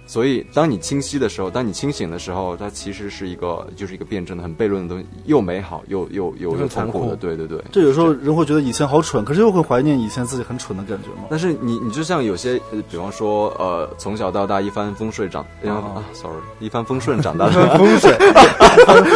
[SPEAKER 4] 所以，当你清晰的时候，当你清醒的时候，它其实是一个就是一个辩证的、很悖论的东西，又美好又又又
[SPEAKER 3] 很
[SPEAKER 4] 又痛
[SPEAKER 3] 残
[SPEAKER 4] 苦
[SPEAKER 3] 酷
[SPEAKER 4] 的，对对对。
[SPEAKER 2] 这有时候人会觉得以前好蠢，可是又会怀念以前自己很蠢的感觉嘛。
[SPEAKER 4] 但是你你就像有些，呃比方说呃，从小到大一帆风顺长，然后啊，sorry，一帆风顺长大的
[SPEAKER 3] 哦 风 水，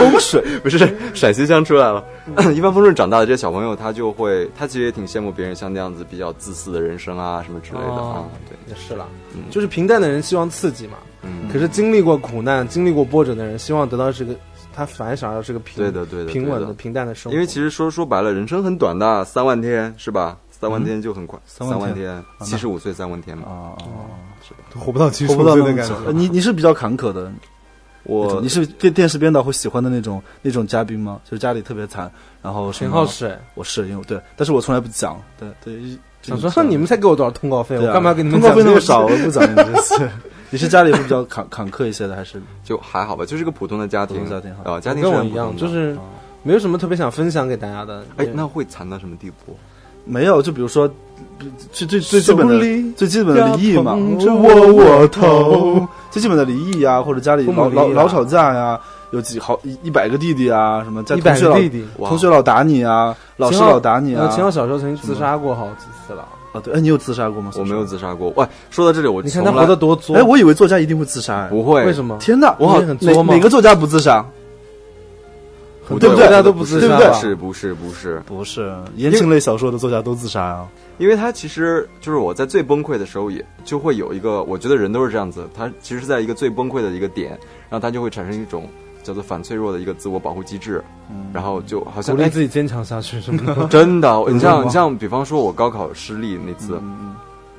[SPEAKER 4] 风水不是陕西腔出来了。
[SPEAKER 3] 嗯
[SPEAKER 4] 一帆风顺长大的这些小朋友，他就会，他其实也挺羡慕别人像那样子比较自私的人生啊，什么之类的啊
[SPEAKER 3] 哦。
[SPEAKER 4] 对，
[SPEAKER 3] 也是啦，嗯就是平淡的人希望刺激嘛，
[SPEAKER 4] 嗯，
[SPEAKER 3] 可是经历过苦难、经历过波折的人，希望得到这个，他反想要是个平
[SPEAKER 4] 对的对的对的
[SPEAKER 3] 平稳的平淡的生活。
[SPEAKER 4] 因为其实说说白了，人生很短的，三万天是吧？三万天就很
[SPEAKER 3] 嗯
[SPEAKER 4] 快，
[SPEAKER 2] 三
[SPEAKER 4] 三
[SPEAKER 2] 万
[SPEAKER 4] 万
[SPEAKER 2] 天
[SPEAKER 3] 哦
[SPEAKER 4] 天，七十五岁三万天嘛。
[SPEAKER 2] 啊，
[SPEAKER 3] 活不到七
[SPEAKER 2] 活不到那么久。呃你你是比较坎坷的，
[SPEAKER 4] 我
[SPEAKER 2] 你是电电视编导会喜欢的那种那种嘉宾吗？就是家里特别惨，然后什
[SPEAKER 3] 陈
[SPEAKER 2] 么
[SPEAKER 3] 浩
[SPEAKER 4] 嗯
[SPEAKER 3] 水
[SPEAKER 2] 我是因为对，但是我从来不讲，对对，
[SPEAKER 3] 想说，哼，你们才给我多少通告费，
[SPEAKER 2] 对啊
[SPEAKER 3] 我干嘛给你们
[SPEAKER 2] 通告
[SPEAKER 3] 讲
[SPEAKER 2] 费那
[SPEAKER 3] 这
[SPEAKER 2] 么
[SPEAKER 3] 个
[SPEAKER 2] 少，
[SPEAKER 3] 事？
[SPEAKER 2] 我不讲你这些。 你是家里会比较坎坎坷一些的，还是
[SPEAKER 4] 就还好吧，就是个普通的家庭
[SPEAKER 2] 普，通家庭哈
[SPEAKER 4] 啊，家庭
[SPEAKER 3] 跟
[SPEAKER 4] 是
[SPEAKER 3] 我
[SPEAKER 4] 很
[SPEAKER 3] 一
[SPEAKER 4] 普
[SPEAKER 3] 样，
[SPEAKER 4] 通的
[SPEAKER 3] 就是没有什么特别想分享给大家的。
[SPEAKER 4] 哎，那会惨到什么地步？
[SPEAKER 2] 没有？就比如说，最最最基本
[SPEAKER 3] 手里
[SPEAKER 2] 的最基本的离异嘛
[SPEAKER 3] 要，捧着
[SPEAKER 2] 我
[SPEAKER 3] 我
[SPEAKER 2] 头，最基本的离异呀，或者家里
[SPEAKER 3] 父母
[SPEAKER 2] 老老
[SPEAKER 3] 离异啊
[SPEAKER 2] 老吵架呀，有几好一一百个弟弟啊，什么在
[SPEAKER 3] 一
[SPEAKER 2] 同
[SPEAKER 3] 百
[SPEAKER 2] 学
[SPEAKER 3] 个
[SPEAKER 2] 老
[SPEAKER 3] 弟弟，
[SPEAKER 4] 哇
[SPEAKER 2] 同学老打你啊，老师
[SPEAKER 3] 秦昊
[SPEAKER 2] 老打你啊
[SPEAKER 3] 呃，秦昊小时候曾经自杀过好几次了。
[SPEAKER 2] 啊，对，哎，你有自杀过吗？
[SPEAKER 4] 我没有自杀过。喂，说到这里，我
[SPEAKER 3] 你看
[SPEAKER 4] 从
[SPEAKER 3] 他活
[SPEAKER 4] 来
[SPEAKER 3] 得多作，
[SPEAKER 2] 哎，我以为作家一定会自杀，哎
[SPEAKER 4] 不会，
[SPEAKER 3] 为什？么？
[SPEAKER 2] 天哪，
[SPEAKER 3] 我好
[SPEAKER 2] 哪
[SPEAKER 3] 很作吗
[SPEAKER 2] 哪个作家不自杀？
[SPEAKER 4] 不
[SPEAKER 2] 对不对
[SPEAKER 4] 我觉得
[SPEAKER 3] 大家都不自杀
[SPEAKER 4] 是
[SPEAKER 2] 对不对
[SPEAKER 3] 吧
[SPEAKER 4] 是不是不是？
[SPEAKER 2] 不是，言情类小说的作家都自杀啊。
[SPEAKER 4] 因为他其实就是我在最崩溃的时候，也就会有一个，我觉得人都是这样子，他其实是在一个最崩溃的一个点，然后他就会产生一种叫做反脆弱的一个自我保护机制，
[SPEAKER 2] 嗯
[SPEAKER 4] 然后就好像
[SPEAKER 3] 鼓励
[SPEAKER 4] 哎
[SPEAKER 3] 自己坚强下去什么的。
[SPEAKER 4] 真的，你像
[SPEAKER 2] 吗
[SPEAKER 4] 你像，比方说我高考失利那
[SPEAKER 2] 嗯
[SPEAKER 4] 次，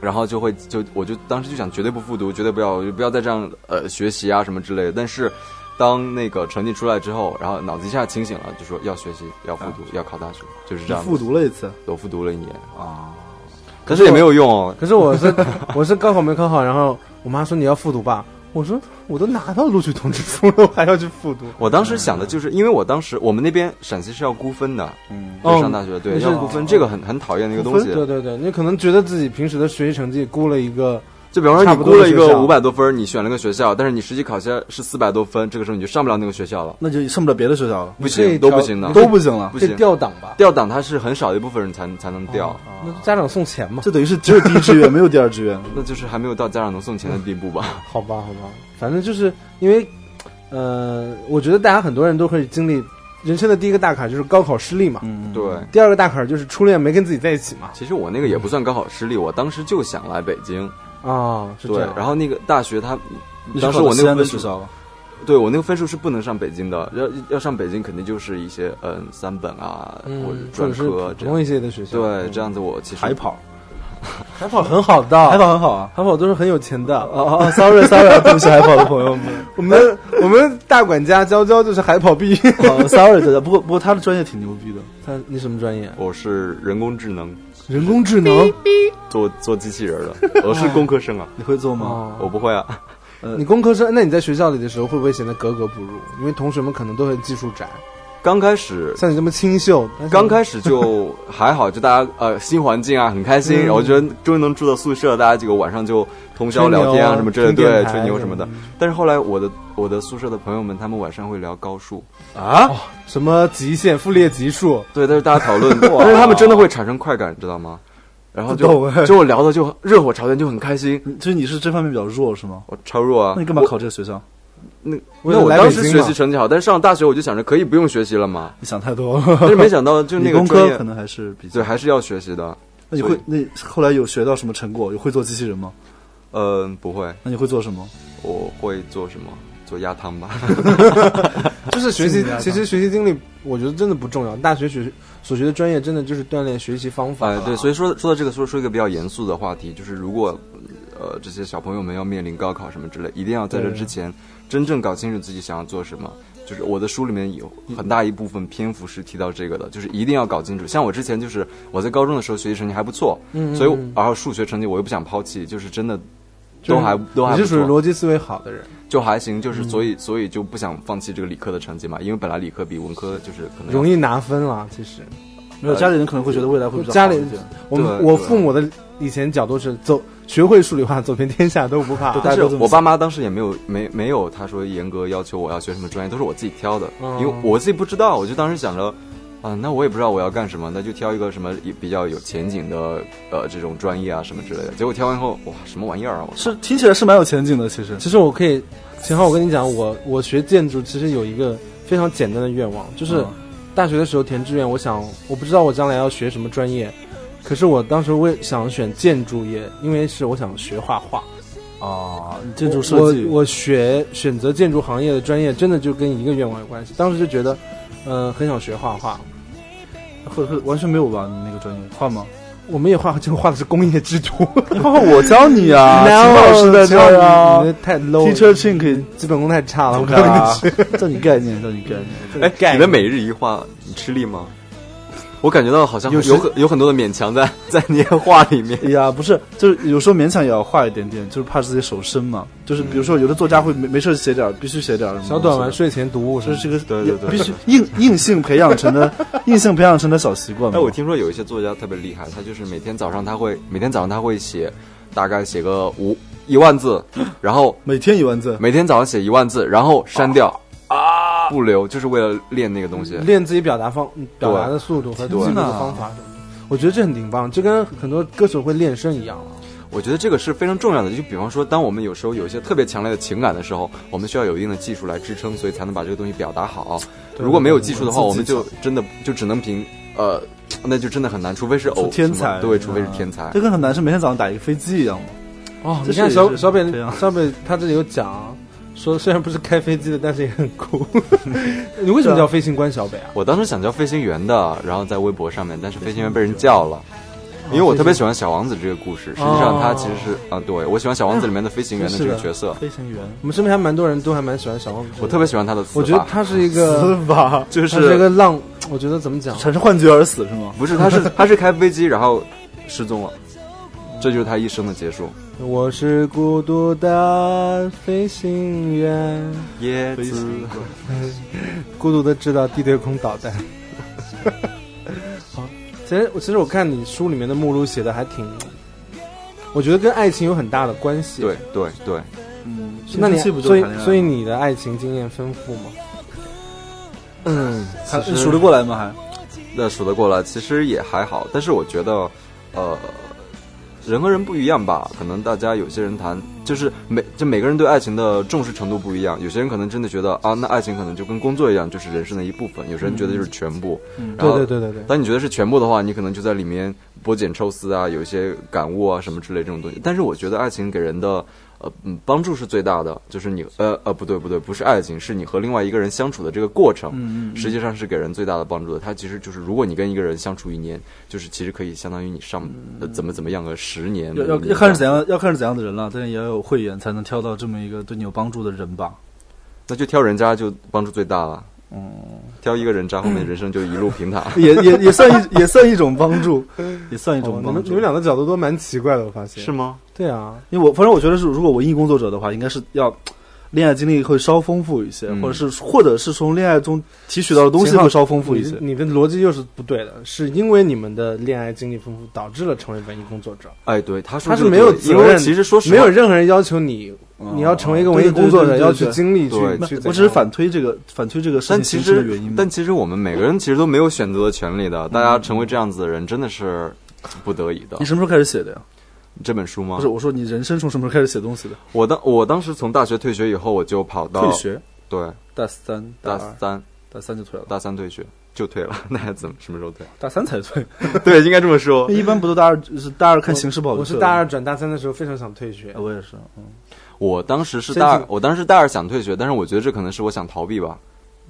[SPEAKER 4] 然后就会就我就当时就想绝对不复读，绝对不要就不要再这样呃学习啊什么之类的。但是当那个成绩出来之后，然后脑子一下清醒了，就说要学习，要复读，
[SPEAKER 3] 啊
[SPEAKER 4] 要考大学，就是这
[SPEAKER 2] 你
[SPEAKER 4] 样子。
[SPEAKER 2] 复读了一次，
[SPEAKER 4] 我复读了一年啊，可是也没有用哦。
[SPEAKER 3] 可是我是我是高考没考好，然后我妈说你要复读吧，我说我都拿到录取通知书了，我还要去复读。
[SPEAKER 4] 我当时
[SPEAKER 3] 嗯
[SPEAKER 4] 想的就是，因为我当时我们那边陕西是要估分的，
[SPEAKER 2] 嗯，
[SPEAKER 4] 就
[SPEAKER 3] 哦
[SPEAKER 4] 上大学对
[SPEAKER 3] 那是哦
[SPEAKER 4] 要估分，这个很很讨厌的一个东西。
[SPEAKER 3] 对对对，你可能觉得自己平时的学习成绩估了一个，
[SPEAKER 4] 就比方说
[SPEAKER 3] 差
[SPEAKER 4] 你
[SPEAKER 3] 不
[SPEAKER 4] 估
[SPEAKER 3] 多
[SPEAKER 4] 了
[SPEAKER 3] 的
[SPEAKER 4] 一
[SPEAKER 3] 学校
[SPEAKER 4] 个五百多分儿，你选了个学校，但是你实际考下是四百多分，这个时候你就上不了那个学校了，
[SPEAKER 2] 那就上不了别的学校了，
[SPEAKER 4] 不
[SPEAKER 3] 这
[SPEAKER 4] 行
[SPEAKER 3] 一
[SPEAKER 4] 都
[SPEAKER 3] 条
[SPEAKER 4] 不行的，
[SPEAKER 2] 都不行了
[SPEAKER 4] 不。
[SPEAKER 3] 这
[SPEAKER 4] 行。
[SPEAKER 3] 调档吧？啊
[SPEAKER 4] 调档它是很少的一部分人才才能调，
[SPEAKER 3] 那家长送钱嘛？
[SPEAKER 2] 这等于是只有第一志愿，没有第二志愿。
[SPEAKER 4] 那就是还没有到家长能送钱的地步 吧？
[SPEAKER 3] 好吧，好吧，反正就是因为，呃，我觉得大家很多人都会经历人生的第一个大坎就是高考失利嘛，
[SPEAKER 2] 嗯，
[SPEAKER 4] 对。
[SPEAKER 3] 第二个大坎就是初恋没跟自己在一起嘛。
[SPEAKER 4] 其实我那个也不算高考失利，我当时就想来北京，
[SPEAKER 3] 啊，是
[SPEAKER 4] 对
[SPEAKER 3] 这样。，
[SPEAKER 4] 然后那个大学它，
[SPEAKER 2] 你是
[SPEAKER 4] 当时
[SPEAKER 2] 考的
[SPEAKER 4] 我那
[SPEAKER 2] 西安
[SPEAKER 4] 个
[SPEAKER 2] 的
[SPEAKER 4] 分
[SPEAKER 2] 学
[SPEAKER 4] 数，
[SPEAKER 2] 校了，
[SPEAKER 4] 对我那个分数是不能上北京的，要要上北京肯定就是一些嗯三本啊，或者
[SPEAKER 3] 嗯，或
[SPEAKER 4] 专
[SPEAKER 3] 者是
[SPEAKER 4] 科
[SPEAKER 3] 普
[SPEAKER 4] 这样
[SPEAKER 3] 通。一些的学校，嗯
[SPEAKER 4] 对，这样子我其实
[SPEAKER 2] 海跑，
[SPEAKER 3] 海跑很好的，
[SPEAKER 2] 海跑很好啊。
[SPEAKER 3] 海跑都是很有钱的。啊
[SPEAKER 2] 哦哦，sorry sorry，对不起，海跑的朋友 们。
[SPEAKER 3] 我们我们大管家娇娇就是海跑 毕业。
[SPEAKER 2] 哦，sorry 大家，不过不过他的专业挺牛逼的，
[SPEAKER 3] 他你什么专业？
[SPEAKER 4] 我是人工智能，
[SPEAKER 3] 人工智能。
[SPEAKER 4] 做做机器人 儿的，我是工科生啊，
[SPEAKER 2] 你会做吗？
[SPEAKER 3] 哦，
[SPEAKER 4] 我不会啊。
[SPEAKER 3] 你工科生，那你在学校里的时候会不会显得格格不入？因为同学们可能都很技术宅，
[SPEAKER 4] 刚开始
[SPEAKER 3] 像你这么清秀，但是
[SPEAKER 4] 刚开始就还好，就大家呃新环境啊，很开心。
[SPEAKER 3] 嗯
[SPEAKER 4] 我觉得终于能住到宿舍，大家几个晚上就通宵
[SPEAKER 3] 吹牛
[SPEAKER 4] 聊天啊什么之类的，
[SPEAKER 3] 听电
[SPEAKER 4] 对，
[SPEAKER 3] 台
[SPEAKER 4] 吹牛什么的。但是后来我的我的宿舍的朋友们，他们晚上会聊高数，
[SPEAKER 3] 啊，哦什么极限、傅立叶级数，
[SPEAKER 4] 对，但是大家讨论，但是他们真的会产生快感，你知道吗？然后
[SPEAKER 2] 不懂
[SPEAKER 4] 就
[SPEAKER 2] 哎
[SPEAKER 4] 就聊的就热火朝天，就很开心。
[SPEAKER 2] 你所以你是这方面比较弱是吗？
[SPEAKER 4] 我超弱啊！
[SPEAKER 2] 那你干嘛
[SPEAKER 4] 我
[SPEAKER 2] 考？这个学校？
[SPEAKER 4] 那
[SPEAKER 3] 为
[SPEAKER 4] 那
[SPEAKER 3] 了
[SPEAKER 4] 我
[SPEAKER 3] 来
[SPEAKER 4] 当
[SPEAKER 3] 北
[SPEAKER 4] 时
[SPEAKER 3] 京
[SPEAKER 4] 学
[SPEAKER 3] 嘛
[SPEAKER 4] 习成绩好，但是上大学我就想着可以不用学习了嘛。
[SPEAKER 2] 你想太多了。
[SPEAKER 4] 但是没想到就那
[SPEAKER 2] 理
[SPEAKER 4] 个
[SPEAKER 2] 工
[SPEAKER 4] 专
[SPEAKER 2] 科
[SPEAKER 4] 业
[SPEAKER 2] 可，能还是比较
[SPEAKER 4] 对，。还是要学习的。
[SPEAKER 2] 那你会那后来有学到什么成果？有会做机器人吗？
[SPEAKER 4] 嗯、不会，
[SPEAKER 2] 那你会做什么？
[SPEAKER 4] 我会做什么？做鸭汤吧。
[SPEAKER 3] 就是学
[SPEAKER 2] 心
[SPEAKER 3] 习
[SPEAKER 2] 理压，力
[SPEAKER 3] 其实学习经历，我觉得真的不重要。大学学所学的专业，真的就是锻炼学习方法啊
[SPEAKER 4] 哎
[SPEAKER 3] 了。，
[SPEAKER 4] 对，所以说说到这个，说说一个比较严肃的话题，就是如果呃这些小朋友们要面临高考什么之类，一定要在这
[SPEAKER 3] 对
[SPEAKER 4] 之前真正搞清楚自己想要做什么。就是我的书里面有
[SPEAKER 3] 嗯
[SPEAKER 4] 很大一部分篇幅是提到这个的，就是一定要搞清楚。像我之前就是我在高中的时候学习成绩还不错，
[SPEAKER 3] 嗯嗯
[SPEAKER 4] 所以我
[SPEAKER 3] 嗯
[SPEAKER 4] 然后数学成绩我又不想抛弃，就是真的
[SPEAKER 3] 就是
[SPEAKER 4] 都还都还
[SPEAKER 3] 你是
[SPEAKER 4] 不
[SPEAKER 3] 属于
[SPEAKER 4] 错，
[SPEAKER 3] 逻辑嗯思维好的人，
[SPEAKER 4] 就还行，就是所以所以就不想放弃这个理科的成绩嘛，因为本来理科比文科就是可能要
[SPEAKER 3] 容易拿分了。其实
[SPEAKER 2] 没有，家里人可能会觉得未来会比较
[SPEAKER 3] 家
[SPEAKER 2] 好
[SPEAKER 3] 里
[SPEAKER 2] 一点。
[SPEAKER 3] 我们
[SPEAKER 4] 对
[SPEAKER 3] 我
[SPEAKER 4] 对
[SPEAKER 3] 父母的以前角度是走学会数理化，走遍天下都不 怕。
[SPEAKER 4] 但
[SPEAKER 2] 大家
[SPEAKER 4] 是
[SPEAKER 2] 都这么
[SPEAKER 4] 我爸妈当时也没有没没有他说严格要求我要学什么专业，都是我自己挑的，
[SPEAKER 3] 嗯
[SPEAKER 4] 因为我自己不知道，我就当时想着。啊，那我也不知道我要干什么，那就挑一个什么比较有前景的，呃，这种专业啊什么之类的。结果挑完后，哇，什么玩意儿啊！我
[SPEAKER 2] 是听起来是蛮有前景的，其实
[SPEAKER 3] 其实我可以，秦昊，我跟你讲，我我学建筑其实有一个非常简单的愿望，就是
[SPEAKER 2] 嗯
[SPEAKER 3] 大学的时候填志愿，我想我不知道我将来要学什么专业，可是我当时为想选建筑业，因为是我想学画画。
[SPEAKER 2] 啊，建筑设计，
[SPEAKER 3] 我我学选择建筑行业的专业，真的就跟一个愿望有关系。当时就觉得，呃，很想学画画。
[SPEAKER 2] 或者是完全没有吧？你那个专业画吗？
[SPEAKER 3] 我们也画，就画的是工业制图。
[SPEAKER 2] 你画画哦我教你啊， 秦老师在这儿啊
[SPEAKER 3] 你你太 low，
[SPEAKER 2] ，teacher chin 可以
[SPEAKER 3] 基本功太差了。我告
[SPEAKER 2] 看
[SPEAKER 3] 诉
[SPEAKER 2] 啊， 教你概念，教你概念。
[SPEAKER 3] 你，
[SPEAKER 4] 哎，
[SPEAKER 3] 盖
[SPEAKER 4] 你的每日一画，你吃力吗？我感觉到好像有
[SPEAKER 2] 有时
[SPEAKER 4] 有很有很多的勉强在在你的画里面。
[SPEAKER 2] 哎呀，不是，就是有时候勉强也要画一点点，就是怕自己手生嘛。就是比如说，有的作家会没没事写点儿，必须写点儿什么
[SPEAKER 3] 小短文、
[SPEAKER 2] 东西的，
[SPEAKER 3] 睡前读物什
[SPEAKER 2] 这
[SPEAKER 3] 么
[SPEAKER 2] 是个
[SPEAKER 4] 对对对
[SPEAKER 2] 必须硬硬性培养成的 硬性培养成的小习惯嘛。
[SPEAKER 4] 哎，我听说有一些作家特别厉害，他就是每天早上他会每天早上他会写，大概写个五一万字，然后
[SPEAKER 2] 每天一万字，
[SPEAKER 4] 每天早上写一万字，然后删掉啊，不留，就是为了练那个东
[SPEAKER 2] 嗯
[SPEAKER 4] 西。
[SPEAKER 3] 练自己表达方、嗯表达的速度和进步的方法什么的。我觉得这很挺棒，这跟很多歌手会练声一样啊。
[SPEAKER 4] 我觉得这个是非常重要的。就比方说，当我们有时候有一些特别强烈的情感的时候，我们需要有一定的技术来支撑，所以才能把这个东西表达好。如果没有技术的
[SPEAKER 2] 对
[SPEAKER 4] 话，
[SPEAKER 2] 对
[SPEAKER 4] 我们就真的就只能凭呃，那就真的很难，除非是偶
[SPEAKER 2] 哦是天
[SPEAKER 4] 什么
[SPEAKER 2] 才，
[SPEAKER 4] 对，除非是
[SPEAKER 2] 啊
[SPEAKER 4] 天才
[SPEAKER 2] 这。跟很难是每天早上打一个飞机一样嘛。
[SPEAKER 3] 哦，
[SPEAKER 2] 这
[SPEAKER 3] 你
[SPEAKER 2] 是
[SPEAKER 3] 看
[SPEAKER 2] 也
[SPEAKER 3] 小
[SPEAKER 2] 是
[SPEAKER 3] 小北
[SPEAKER 2] 这样
[SPEAKER 3] 小北他这里有讲说，虽然不是开飞机的，但是也很 酷。你为什么叫飞行官小北啊？
[SPEAKER 4] 我当时想叫飞行员的，然后在微博上面，但是飞行员被人叫
[SPEAKER 2] 哦
[SPEAKER 4] 了。因为我特别喜欢《小王子》这个故事，实际上它其实是
[SPEAKER 2] 哦
[SPEAKER 4] 啊，对我喜欢《小王子》里面的飞行员的这个角色，
[SPEAKER 2] 飞行员，
[SPEAKER 3] 我们身边还蛮多人都还蛮喜欢小王子。
[SPEAKER 4] 我特别喜欢他的
[SPEAKER 3] 我
[SPEAKER 4] 词
[SPEAKER 3] 觉得
[SPEAKER 4] 法，
[SPEAKER 3] 他是一 个，
[SPEAKER 2] 吧， 就
[SPEAKER 3] 他是一个浪。我觉得怎么讲？
[SPEAKER 2] 产生幻觉而死是吗？
[SPEAKER 4] 不是 他是他是开飞机然后失踪了，这就是他一生的结束。
[SPEAKER 3] 我是孤独的飞行员，
[SPEAKER 4] 椰
[SPEAKER 2] 飞行
[SPEAKER 4] 子，
[SPEAKER 3] 孤独的知道地对空导弹。 好，其实其实我看你书里面的目录写的还挺，我觉得跟爱情有很大的关系。
[SPEAKER 4] 对，对对，
[SPEAKER 2] 嗯，
[SPEAKER 3] 那你
[SPEAKER 2] 青春期不就
[SPEAKER 3] 所以
[SPEAKER 2] 谈恋爱
[SPEAKER 3] 所以
[SPEAKER 2] 吗
[SPEAKER 3] 你的爱情经验丰富吗？嗯，
[SPEAKER 2] 还
[SPEAKER 4] 其实
[SPEAKER 2] 数得过来吗？还
[SPEAKER 4] 那数得过来，其实也还好。但是我觉得，呃，人和人不一样吧，可能大家有些人谈，就是每就每个人对爱情的重视程度不一样。有些人可能真的觉得啊，那爱情可能就跟工作一样，就是人生的一部分；有些人觉得就是全部。
[SPEAKER 2] 嗯
[SPEAKER 4] 然
[SPEAKER 3] 对
[SPEAKER 4] 后
[SPEAKER 3] 对对对对。
[SPEAKER 4] 当你觉得是全部的话，你可能就在里面剥茧抽丝啊，有一些感悟啊什么之类这种东西。但是我觉得爱情给人的呃嗯帮助是最大的，就是你呃呃不对不对，不是爱情，是你和另外一个人相处的这个过程，
[SPEAKER 2] 嗯嗯嗯
[SPEAKER 4] 实际上是给人最大的帮助的。它其实就是，如果你跟一个人相处一年，就是其实可以相当于你上、呃、怎么怎么样个十年。
[SPEAKER 2] 要
[SPEAKER 3] 嗯
[SPEAKER 2] 要
[SPEAKER 4] 五年
[SPEAKER 2] 要看是
[SPEAKER 4] 这
[SPEAKER 2] 怎
[SPEAKER 4] 样
[SPEAKER 2] 样，要看是怎样的人了，但是也要有慧眼才能挑到这么一个对你有帮助的人吧。
[SPEAKER 4] 那就挑人渣就帮助最大了。嗯，挑一个人渣，后面人生就一路平坦。
[SPEAKER 2] 也也也算一 也算一种帮 助，也算一
[SPEAKER 3] 哦
[SPEAKER 2] 种
[SPEAKER 3] 你
[SPEAKER 2] 帮
[SPEAKER 3] 们
[SPEAKER 2] 助。
[SPEAKER 3] 你们俩的角度都蛮奇怪的，我发现
[SPEAKER 4] 是吗？
[SPEAKER 3] 对啊，
[SPEAKER 2] 因为我反正我觉得是，如果文艺工作者的话，应该是要恋爱经历会稍丰富一些，
[SPEAKER 4] 嗯
[SPEAKER 2] 或者是或者是从恋爱中提取到的东西
[SPEAKER 3] 秦昊
[SPEAKER 2] 会稍丰富一些。
[SPEAKER 3] 你的逻辑又是不对的，是因为你们的恋爱经历丰富，导致了成为文艺工作者。
[SPEAKER 4] 哎，对，他说
[SPEAKER 3] 他是
[SPEAKER 4] 这个
[SPEAKER 3] 没有
[SPEAKER 4] 对
[SPEAKER 3] 责
[SPEAKER 4] 因为
[SPEAKER 3] 任
[SPEAKER 4] 其实说实话
[SPEAKER 3] 没有任何人要求你，你要成为一个文艺工作者，
[SPEAKER 2] 哦对对对对
[SPEAKER 3] 要去经历去
[SPEAKER 4] 对对
[SPEAKER 2] 那
[SPEAKER 3] 去怎样。
[SPEAKER 2] 我只是反推这个反推这个事
[SPEAKER 4] 但
[SPEAKER 2] 情
[SPEAKER 4] 其
[SPEAKER 2] 形成的
[SPEAKER 4] 实
[SPEAKER 2] 原因嘛，
[SPEAKER 4] 但其实我们每个人其实都没有选择的权利的。大家成为这样子的人，真的是不得已的
[SPEAKER 2] 你。什么时候开始写的呀？
[SPEAKER 4] 这本书吗
[SPEAKER 2] 不是，？我说你人生从什么时候开始写东西的？
[SPEAKER 4] 我当我当时从大学退学以后，我就跑到
[SPEAKER 3] 哦
[SPEAKER 2] 退学，
[SPEAKER 4] 对
[SPEAKER 2] 大三、
[SPEAKER 4] 大
[SPEAKER 2] 二、
[SPEAKER 4] 三
[SPEAKER 2] 大三就退了，
[SPEAKER 4] 大三退学就退了， 那还怎么什么时候退？
[SPEAKER 2] 大三才退。
[SPEAKER 3] 哦
[SPEAKER 4] 对，应该这么说
[SPEAKER 2] 那。一般不都大二是大二看形势不好就
[SPEAKER 3] 我是
[SPEAKER 2] 退
[SPEAKER 3] 大二
[SPEAKER 2] 了
[SPEAKER 3] 转大三的时候非常想退学
[SPEAKER 2] 吗，，我也是，嗯
[SPEAKER 4] 我当时是
[SPEAKER 3] 申
[SPEAKER 4] 大二，
[SPEAKER 3] 请
[SPEAKER 4] 我当时大二想退学，但是我觉得这可能是我想逃避吧。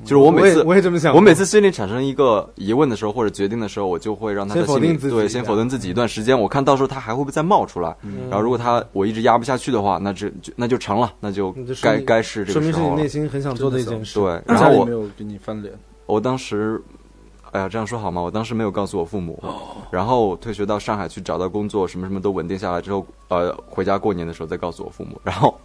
[SPEAKER 4] 就是我
[SPEAKER 3] 我
[SPEAKER 4] 每
[SPEAKER 3] 也
[SPEAKER 4] 次
[SPEAKER 3] 我也这么想，
[SPEAKER 4] 我每次心里产生一个疑问的时候，或者决定的时候，我就会让他在
[SPEAKER 3] 先否
[SPEAKER 4] 心里
[SPEAKER 3] 定自己
[SPEAKER 4] 对先否定自己一段时间，我看到时候他还会不会再冒出来。
[SPEAKER 3] 嗯
[SPEAKER 4] 然后如果他我一直压不下去的话，那这就那就成了，那就
[SPEAKER 3] 那就说
[SPEAKER 4] 该
[SPEAKER 3] 明
[SPEAKER 4] 该是这
[SPEAKER 3] 说
[SPEAKER 4] 个
[SPEAKER 3] 明
[SPEAKER 4] 时
[SPEAKER 3] 是你
[SPEAKER 4] 候了
[SPEAKER 3] 内。心很想做的一件事。
[SPEAKER 4] 对，
[SPEAKER 2] 家
[SPEAKER 4] 然后
[SPEAKER 2] 里
[SPEAKER 4] 我
[SPEAKER 2] 没有给你翻脸，
[SPEAKER 4] 我当时，哎呀，这样说好吗？我当时没有告诉我父母，然后退学到上海去找到工作，什么什么都稳定下来之后，呃，回家过年的时候再告诉我父母。然后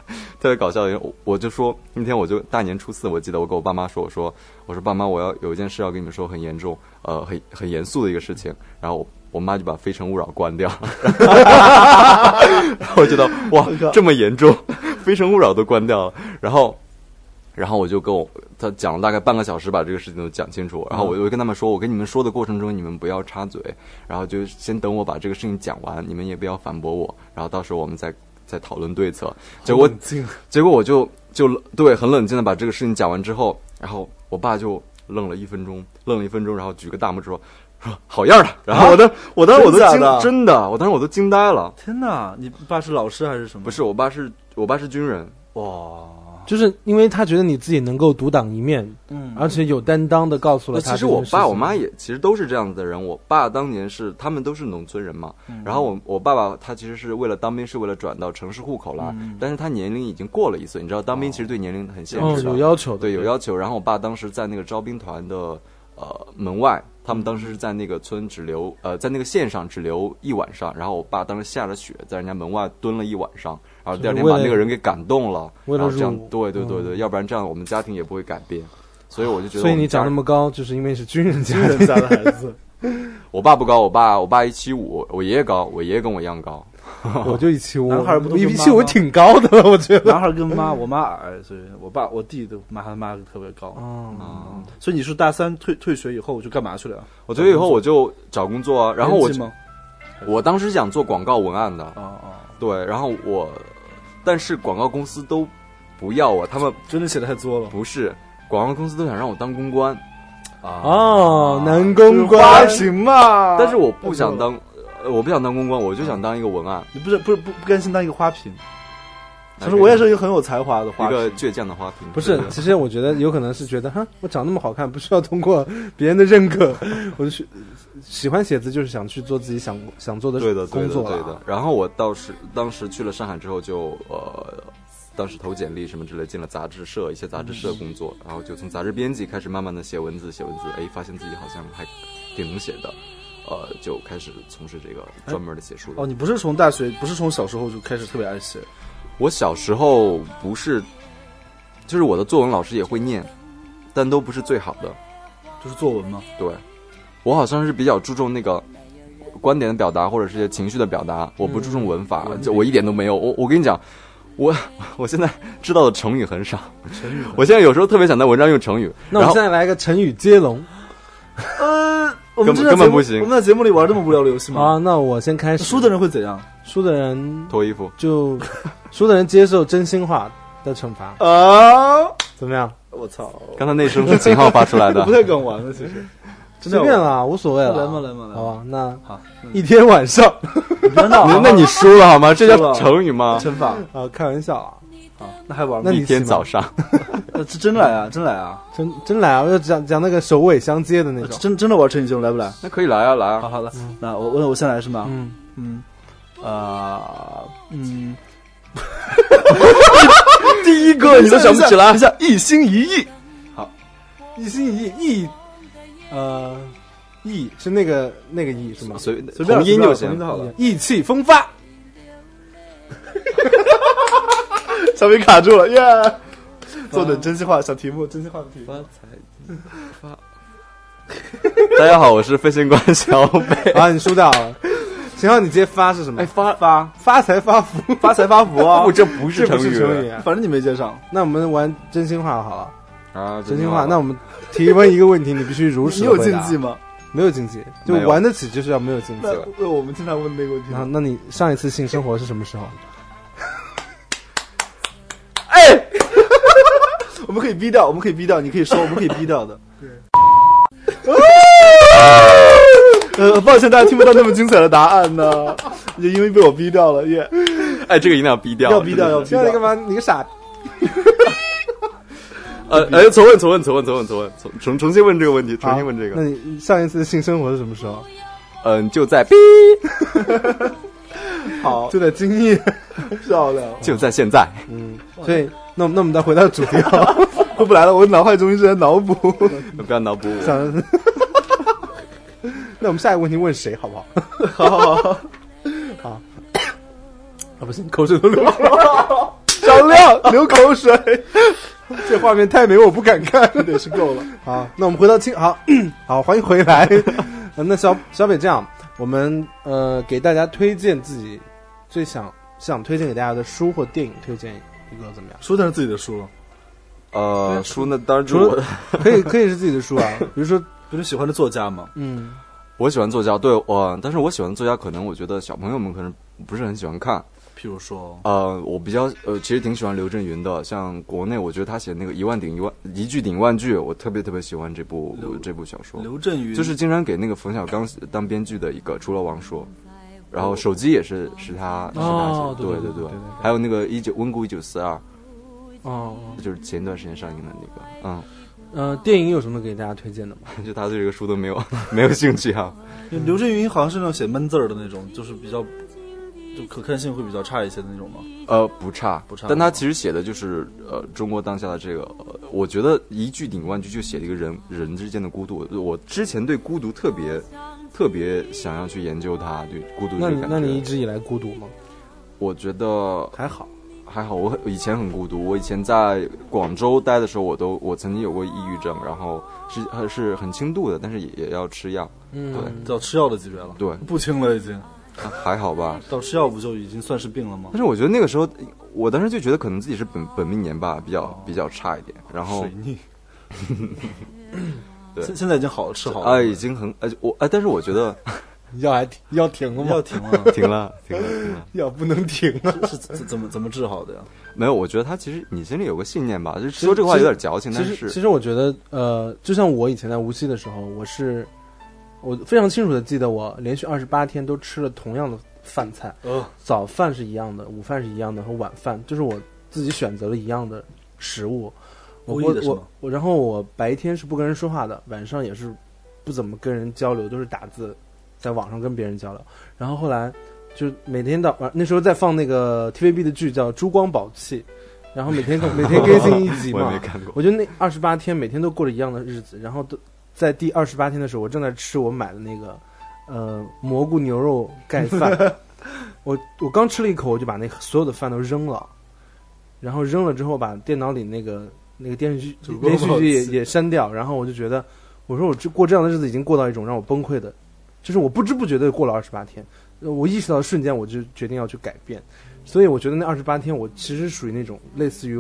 [SPEAKER 4] 特别搞笑的，我我就说那天我就大年初四，我记得我跟我爸妈说，我说我说爸妈，我要有一件事要跟你们说，很严重，呃，很很严肃的一个事情。然后我我妈就把《非诚勿扰》关掉了， 然后我觉得哇
[SPEAKER 2] 靠，
[SPEAKER 4] 这么严重，《非诚勿扰》都关掉了，然后。然后我就跟我他讲了大概半个小时，把这个事情都讲清楚。然后我就跟他们说，我跟你们说的过程中，你们不要插嘴，然后就先等我把这个事情讲完，你们也不要反驳我。然后到时候我们再再讨论对策。结果
[SPEAKER 3] 冷静
[SPEAKER 4] 结果我就就对很冷静的把这个事情讲完之后，然后我爸就愣了一分钟，愣了一分钟，然后举个大拇指说说好样的。然后我当、我当时我都
[SPEAKER 2] 真假
[SPEAKER 4] 惊
[SPEAKER 2] 的
[SPEAKER 4] 真的，我当时我都惊呆了。
[SPEAKER 2] 天哪，你爸是老师还是什么？
[SPEAKER 4] 不是，我爸是我爸是军人，
[SPEAKER 2] 哇，
[SPEAKER 3] 就是因为他觉得你自己能够独当一面，
[SPEAKER 2] 嗯
[SPEAKER 3] 而且有担当的告诉哦了他。
[SPEAKER 4] 其实我爸我妈，也其实都是这样子的人。我爸当年是他们都是农村人嘛，然后我我爸爸他其实是为了当兵是为了转到城市户口啦，但是他年龄已经过了一岁，你知道当兵其实对年龄很限
[SPEAKER 3] 哦，
[SPEAKER 4] 制的，
[SPEAKER 3] 有要求的，
[SPEAKER 4] 对有要求。然后我爸当时在那个招兵团的呃门外，他们当时是在那个村只留呃在那个县上只留一晚上，然后我爸当时下着雪在人家门外蹲了一晚上，然后第二天
[SPEAKER 3] 就是
[SPEAKER 4] 把
[SPEAKER 3] 为了
[SPEAKER 4] 那个人给感动了，
[SPEAKER 3] 为了
[SPEAKER 4] 然后这样
[SPEAKER 3] 入伍嗯
[SPEAKER 4] 对对对对，要不然这样我们家庭也不会改变。所以我就觉得，
[SPEAKER 3] 所以你长那么高，就是因为是军人家
[SPEAKER 2] 军 人家的孩子，
[SPEAKER 4] 我爸不高，我爸我爸一七五，我爷爷高，我爷爷跟我一样高。
[SPEAKER 3] 我就 一七五，
[SPEAKER 2] 男孩不都
[SPEAKER 3] 一
[SPEAKER 2] 跟妈
[SPEAKER 3] 七五
[SPEAKER 2] 妈
[SPEAKER 3] 挺高的了，我觉 得。
[SPEAKER 2] 男孩跟妈，我妈矮，所以我爸我弟的妈他妈特别高，
[SPEAKER 3] 哦，
[SPEAKER 2] 所以你是大三退退学以后我就干嘛去了呀？
[SPEAKER 4] 我觉得以后我就找工作啊，然后我
[SPEAKER 2] 编辑吗？
[SPEAKER 4] 我当时想做广告文案的，
[SPEAKER 2] 啊啊，
[SPEAKER 4] 对，然后我，但是广告公司都不要我，他们
[SPEAKER 2] 真的写的太作了。
[SPEAKER 4] 不是广告公司都想让我当公关啊
[SPEAKER 3] 哦，男公关行嘛
[SPEAKER 4] 但是我不想当，呃我不想当公关，我就想当一个文案，
[SPEAKER 2] 你不是不是不不甘心当一个花瓶？他
[SPEAKER 4] 那
[SPEAKER 2] 说
[SPEAKER 4] 个
[SPEAKER 2] 我嗯也是哎一个很有才华的花
[SPEAKER 4] 一
[SPEAKER 2] 瓶，
[SPEAKER 4] 个倔强的花瓶。
[SPEAKER 3] 不是，其实我觉得有可能是觉得，哈，我长那么好看，不需要通过别人的认可， 我就去喜欢写字，就是想去做自己想想做的
[SPEAKER 4] 对的，对
[SPEAKER 3] 工
[SPEAKER 4] 的，
[SPEAKER 3] 作
[SPEAKER 4] 对
[SPEAKER 3] 了
[SPEAKER 4] 的。。然后我倒是当时去了上海之后就，呃，当时投简历什么之类，进了杂志社一些杂志社工作，然后就从杂志编辑开始慢慢的写文字，写文字，哎，发现自己好像还挺能写的，呃，就开始从事这个专门的写书的
[SPEAKER 2] 哦，你不是从大学，不是从小时候就开始特别爱写，
[SPEAKER 4] 我小时候不是，就是我的作文老师也会念，但都不是最好的。
[SPEAKER 2] 就是作文吗？
[SPEAKER 4] 对，我好像是比较注重那个观点的表达，或者是一些情绪的表达，我不注重文法，就我一点都没有。我我跟你讲，我 我现在知道的成语很少，我现在有时候特别想在文章用成语，
[SPEAKER 3] 那我们
[SPEAKER 4] 然后
[SPEAKER 3] 现在来个成语接龙
[SPEAKER 2] 呃，我们
[SPEAKER 4] 根本
[SPEAKER 2] 真的
[SPEAKER 4] 根本
[SPEAKER 2] 节目
[SPEAKER 4] 不行
[SPEAKER 2] 我们在节目里玩这么无聊的游
[SPEAKER 4] 嗯
[SPEAKER 2] 戏吗？
[SPEAKER 3] 啊，那我先开始。
[SPEAKER 2] 输的人会怎样？
[SPEAKER 3] 输的人
[SPEAKER 4] 脱衣服。
[SPEAKER 3] 就 输的人接受真心话的惩罚，
[SPEAKER 2] 啊！
[SPEAKER 3] 怎么样？
[SPEAKER 2] 我操，
[SPEAKER 4] 刚才那声是秦昊发出 来的
[SPEAKER 2] 我不。太敢玩了，其实。真的
[SPEAKER 3] 随便啦，无所谓 了。
[SPEAKER 2] 来嘛来嘛来嘛
[SPEAKER 3] 好吧，那
[SPEAKER 2] 好，
[SPEAKER 3] 一天晚上
[SPEAKER 2] 你别闹
[SPEAKER 4] 那
[SPEAKER 2] 啊，
[SPEAKER 4] 那你输了好吗？这
[SPEAKER 2] 输
[SPEAKER 4] 叫
[SPEAKER 2] 了
[SPEAKER 4] 成语吗？
[SPEAKER 2] 惩罚
[SPEAKER 3] 啊，开玩笑
[SPEAKER 2] 啊，
[SPEAKER 3] 啊，
[SPEAKER 2] 那还玩吗
[SPEAKER 3] 那？你
[SPEAKER 4] 一天
[SPEAKER 3] 行吗
[SPEAKER 4] 早上，
[SPEAKER 2] 呃这真来啊，真来啊，
[SPEAKER 3] 真真来啊，我就讲讲那个首尾相接的那
[SPEAKER 2] 呃
[SPEAKER 3] 种。
[SPEAKER 2] 真真的玩成语节目来不来？
[SPEAKER 4] 那可以来啊来
[SPEAKER 2] 好
[SPEAKER 4] 啊！
[SPEAKER 2] 好的，那我我我先来是吗？
[SPEAKER 3] 嗯，
[SPEAKER 2] 嗯，啊， 嗯，
[SPEAKER 4] 第一个你都想不起来
[SPEAKER 2] 一，下一心一意，
[SPEAKER 3] 一心一意，意呃，意是那个那个意是吗？
[SPEAKER 4] 啊随
[SPEAKER 2] 随便
[SPEAKER 4] 红音就
[SPEAKER 2] 随便红音
[SPEAKER 4] 行
[SPEAKER 2] 就。好了。
[SPEAKER 3] 意气风发，
[SPEAKER 2] 小明卡住了，嗯耶！ 坐等真心话小题目，真心话的题目。
[SPEAKER 4] 大家好，我是飞行官小 北。
[SPEAKER 3] 啊，你输掉了。秦昊，你接发是什么？
[SPEAKER 2] 发发
[SPEAKER 3] 发财发福，
[SPEAKER 2] 发财发福啊
[SPEAKER 4] 不，！哦这不是
[SPEAKER 3] 哦这不
[SPEAKER 4] 成
[SPEAKER 3] 是成语
[SPEAKER 4] 语
[SPEAKER 3] 啊。
[SPEAKER 2] 反正你没接上，
[SPEAKER 3] 那我们玩真心话好了，
[SPEAKER 4] 啊！
[SPEAKER 3] 真心话。那我们提问一个问题，你必须如实
[SPEAKER 2] 你有
[SPEAKER 3] 回
[SPEAKER 2] 禁
[SPEAKER 3] 答
[SPEAKER 2] 忌？吗？
[SPEAKER 3] 没有禁忌，就
[SPEAKER 4] 没有
[SPEAKER 3] 玩得起就是要没有禁忌
[SPEAKER 2] 那。那我们经常问那个问题
[SPEAKER 3] 然后，，那你上一次性生活是什么时候？
[SPEAKER 2] 哎 我们可以逼掉，我们可以逼掉，你可以说，我们可以逼掉的。 呃，抱歉，大家听不到那么精彩的答案呢，就因为被我逼掉了， 耶、
[SPEAKER 4] 哎，这个一定要逼掉，
[SPEAKER 2] 要逼掉
[SPEAKER 4] 真的
[SPEAKER 2] 要逼
[SPEAKER 4] 是
[SPEAKER 3] 现在干嘛？你个傻！
[SPEAKER 4] 呃，哎，重问，重问，重问，重问，重问，重重重新问这个问题，重新问这
[SPEAKER 3] 啊那
[SPEAKER 4] 个。
[SPEAKER 3] 你上一次性生活是什么时候？
[SPEAKER 4] 嗯，就在哔，
[SPEAKER 2] 好
[SPEAKER 3] 就在今夜。
[SPEAKER 2] 漂亮！
[SPEAKER 4] 就在现在。
[SPEAKER 3] 嗯，所以那我们那我们再回到主题啊，
[SPEAKER 2] 我本来了，我脑海中一直在脑补。
[SPEAKER 4] 不要脑补我。
[SPEAKER 3] 想。那我们下一个问题问谁好不好？
[SPEAKER 2] 好好好，
[SPEAKER 3] 啊，不行，口水都流了，
[SPEAKER 2] 少亮流口水，
[SPEAKER 3] 这画面太美，我不敢看。
[SPEAKER 2] 真的是够了。
[SPEAKER 3] 好，那我们回到清，好好，欢迎回来。呃那小小北这样，我们呃给大家推荐自己最想想推荐给大家的书或电影，推荐一个怎么样？
[SPEAKER 2] 书那是自己的书，
[SPEAKER 4] 呃，
[SPEAKER 3] 对
[SPEAKER 4] 书那当然是
[SPEAKER 3] 除了
[SPEAKER 4] 我
[SPEAKER 3] 可以可以是自己的书啊，比如说
[SPEAKER 2] 有你喜欢的作家嘛？
[SPEAKER 3] 嗯，
[SPEAKER 4] 我喜欢作家，对，我，但是我喜欢作家，可能我觉得小朋友们可能不是很喜欢看。
[SPEAKER 2] 譬如说，
[SPEAKER 4] 呃，我比较呃，其实挺喜欢刘震云的，像国内，我觉得他写那个一万顶一万一句顶一万句，我特别特别喜欢这部
[SPEAKER 2] 刘
[SPEAKER 4] 这部小说，
[SPEAKER 2] 刘震云
[SPEAKER 4] 就是经常给那个冯小刚当编剧的一个，除了王朔，然后手机也是是他是他写的，
[SPEAKER 3] 哦
[SPEAKER 4] 对
[SPEAKER 3] 对对
[SPEAKER 4] 对
[SPEAKER 3] 对对对
[SPEAKER 4] 还有那个一九温故一九四二，
[SPEAKER 3] 哦，
[SPEAKER 4] 就是前段时间上映的那个，嗯
[SPEAKER 3] 呃，电影有什么给大家推荐的吗？
[SPEAKER 4] 嗯，就他对这个书都没有 没有兴趣 啊，
[SPEAKER 2] 刘震云好像是那种写闷字儿的那种，就是比较就可看性会比较差一些的那种嘛。
[SPEAKER 4] 呃，不差，
[SPEAKER 2] 不差
[SPEAKER 4] 但他其实写的就是呃中国当下的这个，呃我觉得一句顶万句就写了一个人人之间的孤独。我之前对孤独特别特别想要去研究它，对孤独
[SPEAKER 3] 那
[SPEAKER 4] 这个
[SPEAKER 3] 你
[SPEAKER 4] 感觉。
[SPEAKER 3] 那你一直以来孤独吗？
[SPEAKER 4] 我觉得
[SPEAKER 3] 还好，
[SPEAKER 4] 还好，我以前很孤独。我以前在广州待的时候，我都我曾经有过抑郁症，然后是还是很轻度的，但是也也要吃药。
[SPEAKER 3] 嗯，
[SPEAKER 2] 到吃药的级别了，
[SPEAKER 4] 对，
[SPEAKER 2] 不轻了已经。
[SPEAKER 4] 还好吧。
[SPEAKER 2] 到吃药不就已经算是病了吗
[SPEAKER 4] 但？是我觉得那个时候，我当时就觉得可能自己是本本命年吧，比较比较差一点。然后哎
[SPEAKER 2] 水 逆。
[SPEAKER 4] 对
[SPEAKER 2] 现现在已经好吃好了，
[SPEAKER 4] 啊，已经很呃，我哎，但是我觉得
[SPEAKER 3] 药还停药停了
[SPEAKER 2] 药
[SPEAKER 3] 吗？
[SPEAKER 2] 停了，
[SPEAKER 4] 停了，停了，停了。
[SPEAKER 3] 药不能停啊！
[SPEAKER 2] 是怎怎么怎么治好的呀？
[SPEAKER 4] 没有，我觉得他其实你心里有个信念吧，就是说这个话有点矫情，
[SPEAKER 3] 其
[SPEAKER 4] 但
[SPEAKER 3] 实其
[SPEAKER 4] 是
[SPEAKER 3] 实我觉得，呃，就像我以前在无锡的时候，我是我非常清楚的记得，我连续二十八天都吃了同样的饭菜，
[SPEAKER 2] 呃，
[SPEAKER 3] 早饭是一样的，午饭是一样的，和晚饭就是我自己选择了一样的食物。我
[SPEAKER 2] 故意
[SPEAKER 3] 不
[SPEAKER 2] 的是吗
[SPEAKER 3] 我我，然后我白天是不跟人说话的，晚上也是不怎么跟人交流，都是打字，在网上跟别人交流。然后后来就每天到晚，那时候在放那个 TVB 的剧叫《珠光宝气》，然后每天每天更新一 集
[SPEAKER 4] 我也
[SPEAKER 3] 嘛
[SPEAKER 4] 没。看过。
[SPEAKER 3] 我就那二十八天每天都过着一样的日子，然后都在第二十八天的时候，我正在吃我买的那个呃蘑菇牛肉盖饭，我我刚吃了一口，我就把那所有的饭都扔了，然后扔了之后把电脑里那个那个电视剧
[SPEAKER 2] 主播
[SPEAKER 3] 连续
[SPEAKER 2] 报
[SPEAKER 3] 剧也
[SPEAKER 2] 喜
[SPEAKER 3] 也删掉，然后我就觉得，我说我这过这样的日子已经过到一种让我崩溃的，就是我不知不觉的过了二十八天，呃我意识到的瞬间我就决定要去改变，所以我觉得那二十八天我其实属于那种类似于，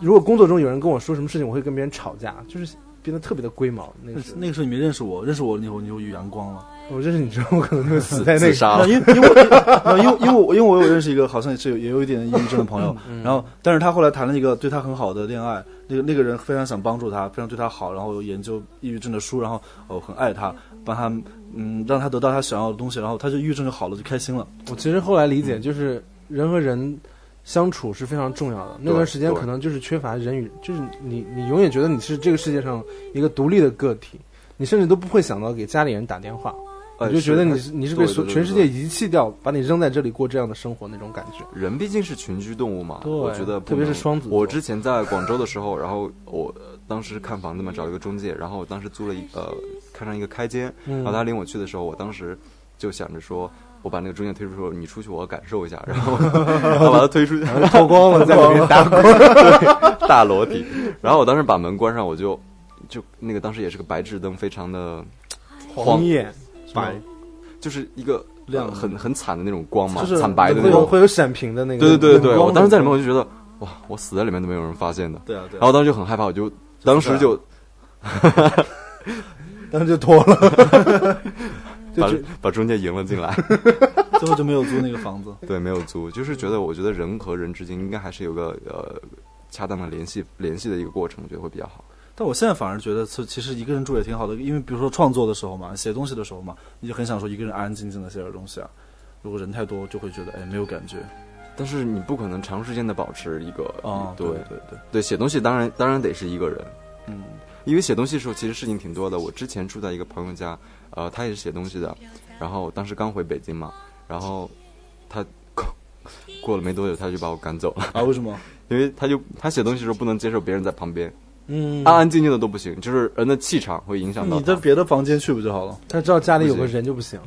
[SPEAKER 3] 如果工作中有人跟我说什么事情，我会跟别人吵架，就是变得特别的龟毛。那个
[SPEAKER 2] 那
[SPEAKER 3] 时候
[SPEAKER 2] 那个时候你没认识我，认识我以后你就有阳光了。
[SPEAKER 3] 我认识你之后，我可能就会死在那
[SPEAKER 4] 自
[SPEAKER 3] 个。
[SPEAKER 4] 杀
[SPEAKER 2] 那
[SPEAKER 4] 了，
[SPEAKER 2] 因为因为我因为因为我因为我有认识一个好像也是有也有一点抑郁症的朋友，然后但是他后来谈了一个对他很好的恋爱，那个那个人非常想帮助他，非常对他好，然后有研究抑郁症的书，然后哦很爱他，帮他嗯让他得到他想要的东西，然后他就抑郁症就好了，就开心了。
[SPEAKER 3] 我其实后来理解，就是人和人相处是非常重要的。那段时间
[SPEAKER 4] 对
[SPEAKER 3] 可能就是缺乏人与，就是你你永远觉得你是这个世界上一个独立的个体，你甚至都不会想到给家里人打电话，
[SPEAKER 4] 哎
[SPEAKER 3] 你就觉得你
[SPEAKER 4] 是
[SPEAKER 3] 是你是被
[SPEAKER 4] 对
[SPEAKER 3] 所
[SPEAKER 4] 对对
[SPEAKER 3] 全世界遗弃掉，把你扔在这里过这样的生活那种感觉。
[SPEAKER 4] 人毕竟是群居动物嘛，
[SPEAKER 3] 对
[SPEAKER 4] 我觉得不
[SPEAKER 3] 特别是
[SPEAKER 4] 能
[SPEAKER 3] 双子座
[SPEAKER 4] 我之前在广州的时候，然后我呃当时看房子嘛，找了一个中介，然后我当时租了一呃看上一个开间，
[SPEAKER 3] 嗯
[SPEAKER 4] 然后他领我去的时候，我当时就想着说。我把那个中介推出说，你出去，我要感受 一下，然后 我把他推出去，
[SPEAKER 3] 脱光了在里面打滚。
[SPEAKER 4] 大裸体。然后我当时把门关上，我就就那个当时也是个白炽灯，非常的
[SPEAKER 3] 黄眼白，
[SPEAKER 4] 就是一个
[SPEAKER 2] 亮
[SPEAKER 4] 呃很很惨的那种光嘛，
[SPEAKER 2] 就是
[SPEAKER 4] 惨白的
[SPEAKER 3] 会
[SPEAKER 4] 那
[SPEAKER 3] 有
[SPEAKER 4] 种。
[SPEAKER 3] 会有闪屏的那个。
[SPEAKER 4] 对对对对，
[SPEAKER 3] 冷光
[SPEAKER 4] 我当时在里
[SPEAKER 3] 那种
[SPEAKER 4] 面我就觉得哇，我死在里面都没有人发现的。
[SPEAKER 2] 对啊对
[SPEAKER 4] 然后当时就很害怕，我就啊当时就
[SPEAKER 3] 当时就脱了，就
[SPEAKER 4] 把
[SPEAKER 3] 觉
[SPEAKER 4] 把中介迎了进 来。
[SPEAKER 2] 后最后就没有租那个房子。
[SPEAKER 4] 对，没有租，就是觉得我觉得人和人之间应该还是有个呃恰当的联系联系的一个过程，我觉得会比较好。
[SPEAKER 2] 但我现在反而觉得，其其实一个人住也挺好的，因为比如说创作的时候嘛，写东西的时候嘛，你就很想说一个人安安静静的写点东西啊。如果人太多，就会觉得哎没有感觉
[SPEAKER 4] 但是你不可能长时间的保持一个
[SPEAKER 2] 啊。
[SPEAKER 4] 对
[SPEAKER 2] 对对，
[SPEAKER 4] 对，写东西当然当然得是一个人，
[SPEAKER 2] 嗯，
[SPEAKER 4] 因为写东西的时候其实事情挺多的。我之前住在一个朋友家，呃，他也是写东西的，然后当时刚回北京嘛，然后他过过了没多久，他就把我赶走了，
[SPEAKER 2] 啊为什么？
[SPEAKER 4] 因为他就他写东西的时候不能接受别人在旁边，
[SPEAKER 3] 嗯
[SPEAKER 4] 安安静静的都不行，就是人的气场会影响到
[SPEAKER 2] 你在
[SPEAKER 4] 他
[SPEAKER 2] 别的房间去不就好了？
[SPEAKER 3] 他知道家里有个人就不行。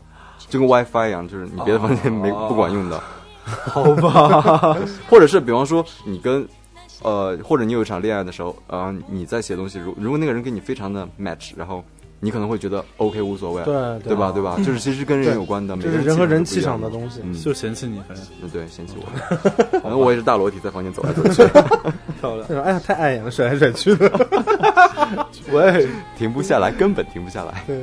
[SPEAKER 4] 就跟 WiFi 一样，就是你别的房间没、
[SPEAKER 2] 哦
[SPEAKER 4] 不管用的，
[SPEAKER 2] 好吧，
[SPEAKER 4] 或者是比方说你跟。呃，或者你有一场恋爱的时候，啊、你在写东西，如如果那个人跟你非常的 match，然后你可能会觉得 OK 无所谓，
[SPEAKER 3] 对对
[SPEAKER 4] 吧？对吧？就是其实跟人有关的，每
[SPEAKER 3] 就
[SPEAKER 4] 个
[SPEAKER 3] 是
[SPEAKER 4] 人
[SPEAKER 3] 人和人
[SPEAKER 4] 气
[SPEAKER 3] 气
[SPEAKER 4] 场
[SPEAKER 3] 场
[SPEAKER 4] 都
[SPEAKER 3] 的
[SPEAKER 4] 不一
[SPEAKER 3] 东
[SPEAKER 4] 样
[SPEAKER 3] 西。
[SPEAKER 4] 嗯
[SPEAKER 2] 就嫌弃你，反正
[SPEAKER 4] 嗯，对，嫌弃 我，反正我也是大裸体在房间走来走去，
[SPEAKER 2] 漂亮。
[SPEAKER 3] 那种哎呀，太碍眼了，甩来甩去的。
[SPEAKER 2] 喂，
[SPEAKER 4] 停不下来，根本停不下来。
[SPEAKER 3] 对，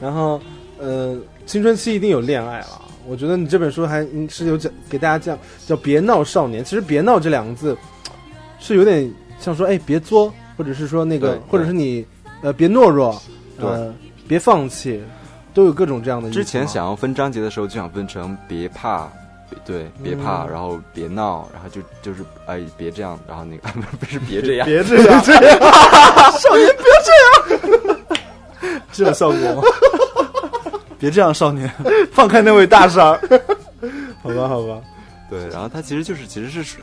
[SPEAKER 3] 然后呃，青春期一定有恋爱了。我觉得你这本书还嗯是有讲给大家讲叫“别闹少年”。其实“别闹”这两个字是有点像说“哎，别作”，或者是说那
[SPEAKER 4] 对
[SPEAKER 3] 个
[SPEAKER 4] 对，
[SPEAKER 3] 或者是你呃别懦弱，
[SPEAKER 4] 对
[SPEAKER 3] 呃别放弃，都有各种这样的意思嘛。
[SPEAKER 4] 之前想要分章节的时候，就想分成别怕，别对，别
[SPEAKER 3] 嗯
[SPEAKER 4] 怕，然后别闹，然后就就是哎，别这样，然后那个 不是别这 样，
[SPEAKER 2] 别 这样，这样，少爷，别 这样， 这有效果吗？ 别这样，少年，放开那位大婶儿。
[SPEAKER 3] 好吧，好吧，
[SPEAKER 4] 对，然后他其实就是其实是。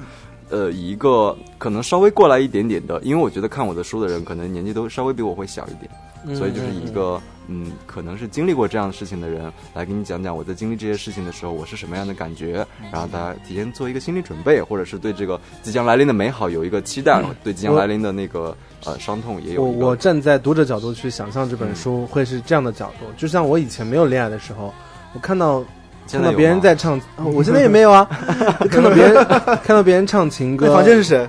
[SPEAKER 4] 呃，以一个可能稍微过来一点点的，因为我觉得看我的书的人，可能年纪都稍微比我会小一点，所以就是一个嗯，可能是经历过这样的事情的人来给你讲讲我在经历这些事情的时候我是什么样的感觉，然后大家提前做一个心理准备，或者是对这个即将来临的美好有一个期待，对即将来临的那个呃伤痛也有
[SPEAKER 3] 我
[SPEAKER 4] 一个嗯
[SPEAKER 3] 我站在读者角度去想象这本书会是这样的角度，就像我以前没有恋爱的时候，我看到
[SPEAKER 4] 现
[SPEAKER 3] 看
[SPEAKER 4] 在
[SPEAKER 3] 到
[SPEAKER 4] 有
[SPEAKER 3] 别人
[SPEAKER 4] 吗
[SPEAKER 3] 在唱， 哦我现在也没 有啊，看到别人看到别人唱情
[SPEAKER 2] 那
[SPEAKER 3] 歌，
[SPEAKER 2] 房间是谁？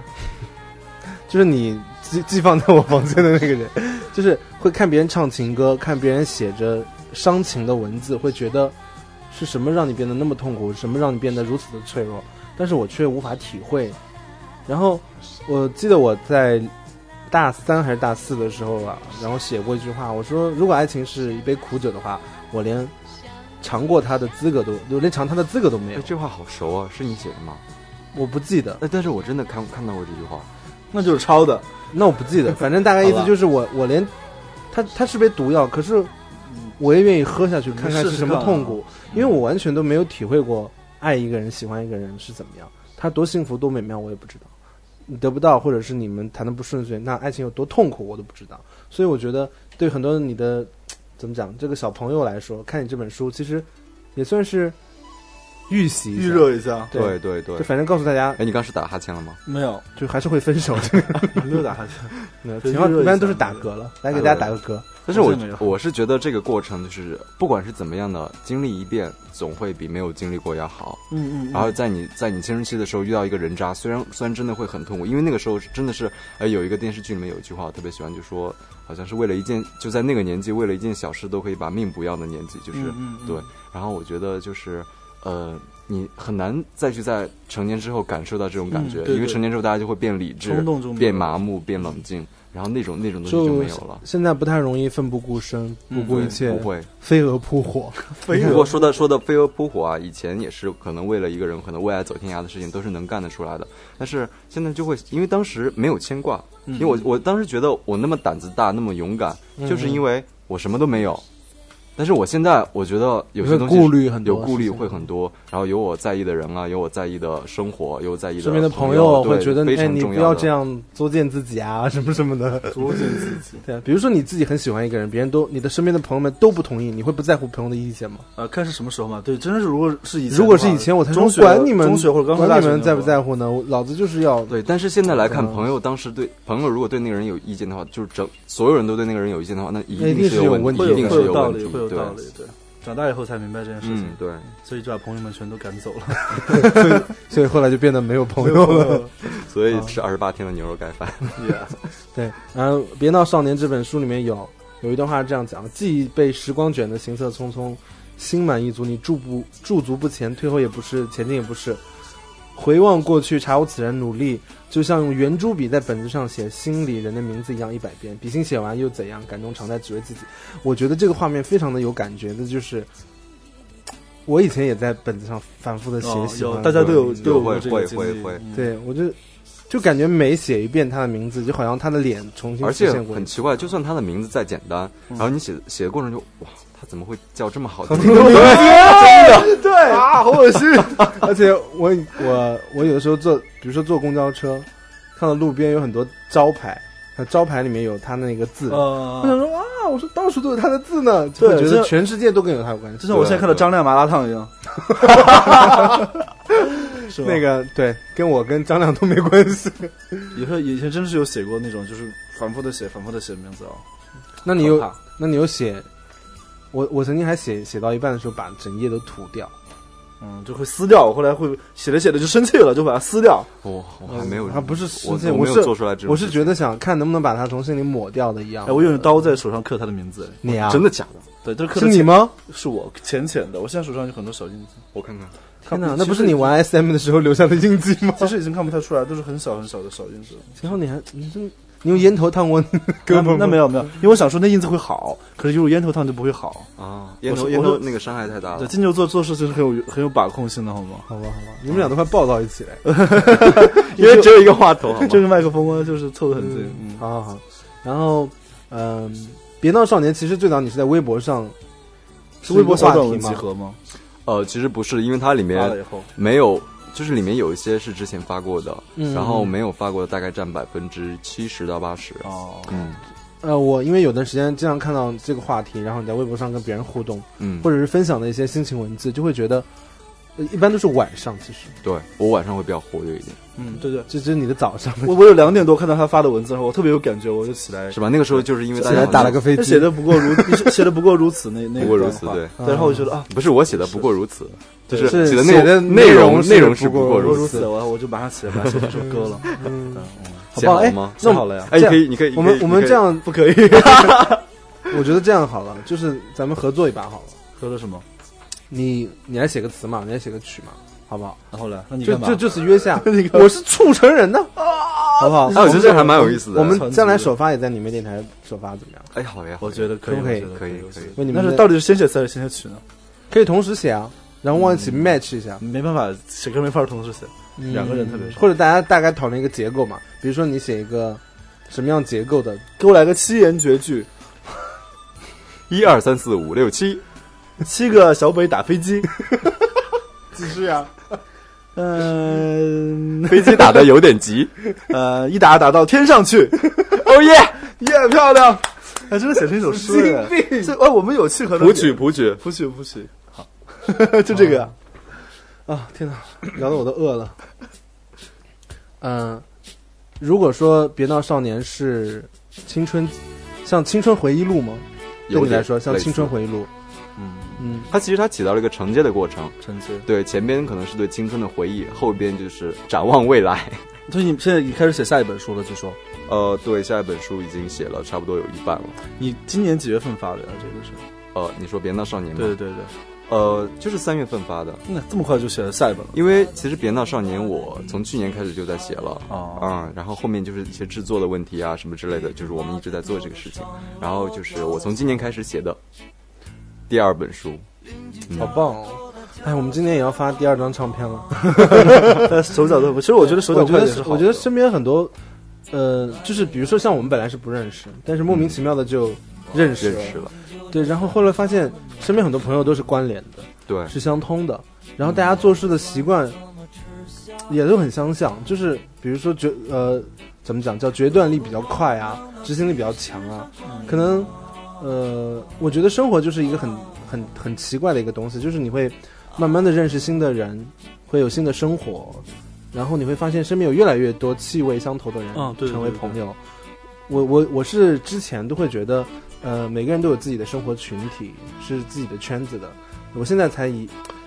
[SPEAKER 3] 就是你寄寄放在我房间的那个人， 就是会看别人唱情歌，看别人写着伤情的文字，会觉得是什么让你变得那么痛苦，什么让你变得如此的脆弱，但是我却无法体会。然后我记得我在大三还是大四的时候啊，然后写过一句话，我说如果爱情是一杯苦酒的话，我连尝过它的资格都，我连尝它的资格都没
[SPEAKER 4] 哎
[SPEAKER 3] 有，，
[SPEAKER 4] 这话好熟啊，是你写的吗？
[SPEAKER 3] 我不记得。
[SPEAKER 4] 哎，但是我真的看看到过这句话，
[SPEAKER 2] 那就是抄的。
[SPEAKER 3] 那我不记得，反正大概意思就是我我连它它是杯毒药，可是我也愿意喝下去看看是什么痛苦，因为我完全都没有体会过爱一个人、喜欢一个人是怎么样，他多幸福多美妙我也不知道，你得不到或者是你们谈的不顺遂，那爱情有多痛苦我都不知道，所以我觉得对很多你的怎么讲这个小朋友来说，看你这本书其实也算是预习一下
[SPEAKER 2] 预，热一下。
[SPEAKER 3] 对
[SPEAKER 4] 对对对
[SPEAKER 3] 就。反正告诉大家
[SPEAKER 4] 哎，你刚是打哈欠了吗？
[SPEAKER 2] 没有，
[SPEAKER 3] 就还是会分手的，
[SPEAKER 2] 没有打哈欠。
[SPEAKER 3] 挺好，一般都是打嗝了，来给大家打个嗝。
[SPEAKER 4] 但是我
[SPEAKER 2] 真没有
[SPEAKER 4] 我是觉得这个过程就是，不管是怎么样的经历一遍，总会比没有经历过要好。
[SPEAKER 2] 嗯嗯
[SPEAKER 4] 然后在你在你青春期的时候遇到一个人渣，虽然虽然真的会很痛苦，因为那个时候是真的是，呃，有一个电视剧里面有一句话我特别喜欢，就说好像是为了一件就在那个年纪为了一件小事都可以把命不要的年纪，就是、
[SPEAKER 2] 嗯嗯
[SPEAKER 4] 对。然后我觉得就是呃，你很难再去在成年之后感受到这种感觉，
[SPEAKER 2] 嗯对
[SPEAKER 4] 因为
[SPEAKER 2] 对
[SPEAKER 4] 成年之后大家就会变理智，
[SPEAKER 2] 冲动中
[SPEAKER 4] 变麻木，变冷静，然后那种那种东西就
[SPEAKER 3] 就
[SPEAKER 4] 没有了。
[SPEAKER 3] 现在不太容易奋不顾身，不
[SPEAKER 2] 嗯
[SPEAKER 3] 顾
[SPEAKER 4] 对
[SPEAKER 3] 一切，
[SPEAKER 4] 不会，
[SPEAKER 3] 飞蛾扑火。
[SPEAKER 2] 飞
[SPEAKER 4] 不过
[SPEAKER 2] 蛾
[SPEAKER 4] 说到说到飞蛾扑火啊，以前也是可能为了一个人，可能为爱走天涯的事情都是能干得出来的。但是现在就会，因为当时没有牵挂，
[SPEAKER 3] 嗯
[SPEAKER 4] 因为我我当时觉得我那么胆子大，那么勇敢，就是因为我什么都没有。但是我现在我觉得有些
[SPEAKER 3] 会
[SPEAKER 4] 东西
[SPEAKER 3] 顾虑很多
[SPEAKER 4] 有顾
[SPEAKER 3] 事
[SPEAKER 4] 虑
[SPEAKER 3] 情
[SPEAKER 4] 会很多，然后有我在意的人啊，有我在意的生活，有我在意的
[SPEAKER 3] 身边的
[SPEAKER 4] 朋
[SPEAKER 3] 朋友会
[SPEAKER 4] 对
[SPEAKER 3] 觉得，
[SPEAKER 4] 非
[SPEAKER 3] 哎，
[SPEAKER 4] 常
[SPEAKER 3] 你
[SPEAKER 4] 重
[SPEAKER 3] 不要
[SPEAKER 4] 的
[SPEAKER 3] 这。样作践自己啊，什么什么的。
[SPEAKER 2] 捉紧自己。
[SPEAKER 3] 对啊，比如说你自己很喜欢一个人，别人都你的身边的朋友们都不同意，你会不在乎朋友的意见吗？
[SPEAKER 2] 呃，看是什么时候嘛。对，真的是如果是以前的话，
[SPEAKER 3] 如果是以前，我才说
[SPEAKER 2] 中学
[SPEAKER 3] 管你们，
[SPEAKER 2] 中学或者刚上大
[SPEAKER 3] 管你
[SPEAKER 2] 学
[SPEAKER 3] 们在不在
[SPEAKER 2] 乎？
[SPEAKER 3] 乎呢？我老子就是要
[SPEAKER 4] 对，但是现在来看，
[SPEAKER 3] 嗯
[SPEAKER 4] 朋友当时对朋友如果对那个人有意见的话，就是整所有人都对那个人有意见的话，那一
[SPEAKER 3] 那一定
[SPEAKER 4] 是
[SPEAKER 3] 是有
[SPEAKER 4] 问
[SPEAKER 3] 问
[SPEAKER 4] 题，
[SPEAKER 3] 题
[SPEAKER 2] 会有
[SPEAKER 4] 一定
[SPEAKER 2] 会
[SPEAKER 4] 是
[SPEAKER 2] 有道
[SPEAKER 4] 问
[SPEAKER 2] 理，
[SPEAKER 4] 题，
[SPEAKER 2] 会有
[SPEAKER 4] 对
[SPEAKER 2] 道理。对，长大以后才明白这件事情
[SPEAKER 4] 嗯，，对。
[SPEAKER 2] 所以就把朋友们全都赶走 了。
[SPEAKER 3] 所以后来就变得没有朋 友了。
[SPEAKER 4] 所
[SPEAKER 3] 啊
[SPEAKER 4] 以吃二十八天的牛肉盖饭。
[SPEAKER 3] 对，然后《别闹少年》这本书里面有有一段话是这样讲：既被时光卷得行色匆匆，心满意足，你驻不驻足不前，退后也不是，前进也不是。回望过去，查无此人努力，就像用圆珠笔在本子上写心里人的名字一样一百遍。笔芯写完又怎样？感动常在，只为自己。我觉得这个画面非常的有感觉，这就是我以前也在本子上反复的写
[SPEAKER 2] 哦
[SPEAKER 3] 喜欢
[SPEAKER 2] 有
[SPEAKER 3] 的
[SPEAKER 2] 大家都有
[SPEAKER 4] 对
[SPEAKER 2] 都有
[SPEAKER 4] 会
[SPEAKER 2] 过这个
[SPEAKER 4] 会
[SPEAKER 2] 经
[SPEAKER 4] 会
[SPEAKER 2] 历
[SPEAKER 4] 会
[SPEAKER 2] 嗯
[SPEAKER 3] 对我就就感觉每写一遍他的名字，就好像他的脸重新
[SPEAKER 4] 而
[SPEAKER 3] 出
[SPEAKER 4] 且
[SPEAKER 3] 现过一
[SPEAKER 4] 很
[SPEAKER 3] 次。嗯
[SPEAKER 4] 奇怪，就算他的名字再简单，然后你写写的过程中，哇，他怎么会叫这么好听？
[SPEAKER 3] 对啊，好恶心！ 而且我我我有的时候坐，比如说坐公交车，看到路边有很多招牌，它招牌里面有他那个字，我想
[SPEAKER 2] 呃，
[SPEAKER 3] 说哇，我说到处都有他的字呢，就会
[SPEAKER 2] 对
[SPEAKER 3] 觉
[SPEAKER 2] 这
[SPEAKER 3] 得全世界都跟有他有关
[SPEAKER 2] 就
[SPEAKER 3] 系。
[SPEAKER 2] 像我现在看到张亮麻辣烫 一样，是吧
[SPEAKER 3] 那个对，跟我跟张亮都没关 系。
[SPEAKER 2] 以后以前真是有写过那种，就是反复的写，反复的写名字啊。
[SPEAKER 3] 那你有
[SPEAKER 2] 可怕
[SPEAKER 3] 那你有写？我我曾经还写写到一半的时候，把整页都涂掉。
[SPEAKER 2] 嗯，就会撕掉。我后来会写着写着就生气了，就把它撕掉。
[SPEAKER 4] 我我还没有，
[SPEAKER 3] 啊，不是生
[SPEAKER 4] 我
[SPEAKER 3] 气，
[SPEAKER 4] 我
[SPEAKER 3] 我
[SPEAKER 4] 没
[SPEAKER 3] 是
[SPEAKER 4] 有做出来这种
[SPEAKER 3] 我
[SPEAKER 4] 事
[SPEAKER 3] 是
[SPEAKER 4] 情，
[SPEAKER 3] 觉得想看能不能把它从心里抹掉的一样。
[SPEAKER 2] 哎，我用刀在手上刻他的名字。哎
[SPEAKER 3] 你啊，
[SPEAKER 4] 真的假的？
[SPEAKER 2] 对，都是刻
[SPEAKER 3] 是
[SPEAKER 2] 的
[SPEAKER 3] 你
[SPEAKER 2] 浅，
[SPEAKER 3] 吗？
[SPEAKER 2] 是我浅浅的。我现在手上有很多小印记。
[SPEAKER 4] 我看看，
[SPEAKER 3] 天
[SPEAKER 2] 看
[SPEAKER 3] 哪，
[SPEAKER 2] 不
[SPEAKER 3] 那不是你？玩 SM 的时候留下的印记 吗？
[SPEAKER 2] 其实其实已经看不太出来，都是很小很小的小印子。
[SPEAKER 3] 秦昊，你还你真你用烟头烫过胳膊吗
[SPEAKER 2] 那那没有没有，因为我想说那印子会好，可是如果烟头烫就不会好。
[SPEAKER 4] 啊，烟
[SPEAKER 2] 我
[SPEAKER 4] 头
[SPEAKER 2] 是
[SPEAKER 4] 烟
[SPEAKER 2] 我
[SPEAKER 4] 头
[SPEAKER 2] 是
[SPEAKER 4] 那个伤害太大
[SPEAKER 2] 对，
[SPEAKER 4] 了。
[SPEAKER 2] 金牛座做事情是很有很有把控性的，好吗？
[SPEAKER 3] 好吧，好吧，你们俩都快抱到一起来。
[SPEAKER 4] 因为只有一个话筒，好吗
[SPEAKER 2] 这个麦克风啊， 就是凑得很近。嗯，
[SPEAKER 3] 好好好，然后嗯，别闹少年其实最早你是在微博上，
[SPEAKER 2] 是微博
[SPEAKER 3] 话
[SPEAKER 2] 小短
[SPEAKER 3] 题
[SPEAKER 2] 文集
[SPEAKER 3] 吗？
[SPEAKER 2] 合吗？
[SPEAKER 4] 呃，其实不是，因为它里
[SPEAKER 2] 发了
[SPEAKER 4] 面
[SPEAKER 2] 以后，
[SPEAKER 4] 没有，就是里面有一些是之前发过的，
[SPEAKER 3] 嗯
[SPEAKER 4] 然后没有发过的大概占百分之七十到八十。
[SPEAKER 2] 哦，
[SPEAKER 4] 嗯
[SPEAKER 3] 呃，我因为有段时间经常看到这个话题，然后你在微博上跟别人互动，
[SPEAKER 4] 嗯，
[SPEAKER 3] 或者是分享的一些心情文字，就会觉得，呃一般都是晚上，其实
[SPEAKER 4] 对我晚上会比较活跃一点，
[SPEAKER 2] 嗯，对对。
[SPEAKER 3] 这这是你的早上，
[SPEAKER 2] 我我有两点多看到他发的文字，然后我特别有感觉，我就起来
[SPEAKER 4] 嗯是吧？那个时候就是因为大
[SPEAKER 3] 起
[SPEAKER 4] 家
[SPEAKER 3] 来
[SPEAKER 4] 好
[SPEAKER 3] 打了
[SPEAKER 4] 像
[SPEAKER 3] 个飞
[SPEAKER 2] 他
[SPEAKER 3] 机，
[SPEAKER 2] 写的不过 如写的不过如此那那
[SPEAKER 4] 不过如此
[SPEAKER 2] 段话
[SPEAKER 4] 对
[SPEAKER 2] 然后我就觉得啊，
[SPEAKER 4] 不是我写的，不过如此，就是写
[SPEAKER 3] 写的
[SPEAKER 4] 的内
[SPEAKER 3] 内
[SPEAKER 4] 容
[SPEAKER 3] 容是
[SPEAKER 4] 内容是
[SPEAKER 3] 不
[SPEAKER 4] 不
[SPEAKER 3] 过
[SPEAKER 4] 过
[SPEAKER 2] 不过
[SPEAKER 4] 如
[SPEAKER 2] 如
[SPEAKER 4] 此，
[SPEAKER 2] 此，我我就马上起来把它写这 首歌了，
[SPEAKER 3] 嗯好
[SPEAKER 4] 写
[SPEAKER 3] 不好？哎，
[SPEAKER 4] 吗？
[SPEAKER 2] 那好了呀，
[SPEAKER 3] 这
[SPEAKER 4] 哎，你
[SPEAKER 3] 样
[SPEAKER 4] 可以，你可以，
[SPEAKER 3] 我
[SPEAKER 4] 你
[SPEAKER 3] 们
[SPEAKER 4] 可以
[SPEAKER 3] 我们
[SPEAKER 4] 你可以
[SPEAKER 3] 这样，
[SPEAKER 2] 不 可以。
[SPEAKER 3] 我觉得这样好了，就是咱们合作一把好了，
[SPEAKER 2] 喝了什么？
[SPEAKER 3] 你你来写个词嘛，你来写个曲嘛，好不好？
[SPEAKER 2] 然后来，那你
[SPEAKER 3] 就
[SPEAKER 2] 干嘛，
[SPEAKER 3] 就就此约 下
[SPEAKER 2] 那个
[SPEAKER 3] 我是促成人呢，好不好？
[SPEAKER 4] 啊哎，我觉得这还蛮有意思的。
[SPEAKER 3] 我们
[SPEAKER 2] 传奇
[SPEAKER 3] 将来首发也在你们电台首发怎么样？
[SPEAKER 4] 哎，好呀，
[SPEAKER 2] 我觉得可以，
[SPEAKER 3] 可不可以
[SPEAKER 2] 我觉得
[SPEAKER 4] 可以
[SPEAKER 2] 我觉得
[SPEAKER 4] 可以
[SPEAKER 3] 为你们
[SPEAKER 2] 但
[SPEAKER 3] 的
[SPEAKER 2] 是到底是先写词还是先写曲呢？
[SPEAKER 3] 可以同时写啊，然后往一起 match 一下，
[SPEAKER 4] 嗯
[SPEAKER 2] 没办法，写歌没法同时写，两个人特别少。
[SPEAKER 3] 啊或者大家大概讨论一个结构嘛，比如说你写一个什么样结构的，
[SPEAKER 2] 给我来个七言绝句，
[SPEAKER 4] 一二三四五六七，
[SPEAKER 2] 七个小北打飞机。
[SPEAKER 3] 只是呀，
[SPEAKER 2] 嗯
[SPEAKER 4] 飞机打的有点急。
[SPEAKER 2] 呃，一打打到天上去，
[SPEAKER 4] 哦 耶，
[SPEAKER 2] 耶、漂亮！还真的写成一首诗耶。
[SPEAKER 3] 神经病
[SPEAKER 2] 这哎，我们有契合的
[SPEAKER 4] 谱
[SPEAKER 2] 点
[SPEAKER 4] 曲，谱曲，
[SPEAKER 2] 谱曲，谱曲。好， 哦就这个。
[SPEAKER 3] 啊，天哪，聊得我都饿了。嗯、如果说《别闹少年》是青春，像青春回忆录吗？对
[SPEAKER 4] 有
[SPEAKER 3] 你
[SPEAKER 4] 点
[SPEAKER 3] 来说，像
[SPEAKER 4] 类似
[SPEAKER 3] 青春。回忆录，
[SPEAKER 2] 嗯，
[SPEAKER 3] 嗯，
[SPEAKER 4] 它其实它起到了一个承接的过程，
[SPEAKER 2] 陈杰，
[SPEAKER 4] 对，前边可能是对青春的回忆，后边就是展望未来。
[SPEAKER 2] 所以你现在已开始写下一本书了，据说
[SPEAKER 4] 呃，对，下一本书已经写了差不多有一半了。
[SPEAKER 2] 你今年几月份发的呀、这个是？
[SPEAKER 4] 呃，你说别闹少年吗？
[SPEAKER 2] 对对对对，
[SPEAKER 4] 呃，就是三月份发的，
[SPEAKER 2] 那这么快就写了下一本了？
[SPEAKER 4] 因为其实别闹少年我从去年开始就在写了。
[SPEAKER 2] 哦
[SPEAKER 4] 嗯，然后后面就是一些制作的问题啊，什么之类的，就是我们一直在做这个事情。然后就是我从今年开始写的第二本书，
[SPEAKER 3] 好棒哦！哎，我们今年也要发第二张唱片了。
[SPEAKER 2] 但啊手脚都不，其实我觉得手脚
[SPEAKER 3] 我觉
[SPEAKER 2] 快点
[SPEAKER 3] 得
[SPEAKER 2] 是好的
[SPEAKER 3] 我觉得身边很多，呃，就是比如说像我们本来是不认识，但是莫名其妙的就认识了。
[SPEAKER 4] 嗯认识了，
[SPEAKER 3] 对，然后后来发现身边很多朋友都是关联的，
[SPEAKER 4] 对，
[SPEAKER 3] 是相通的，然后大家做事的习惯也都很相像，就是比如说决呃怎么讲叫决断力比较快啊，执行力比较强啊，可能呃我觉得生活就是一个很很很奇怪的一个东西，就是你会慢慢的认识新的人，会有新的生活，然后你会发现身边有越来越多气味相投的人
[SPEAKER 2] 嗯对对
[SPEAKER 3] 成为
[SPEAKER 2] 对对
[SPEAKER 3] 朋友。我我我是之前都会觉得，呃，每个人都有自己的生活群体，是自己的圈子的。我现在才以，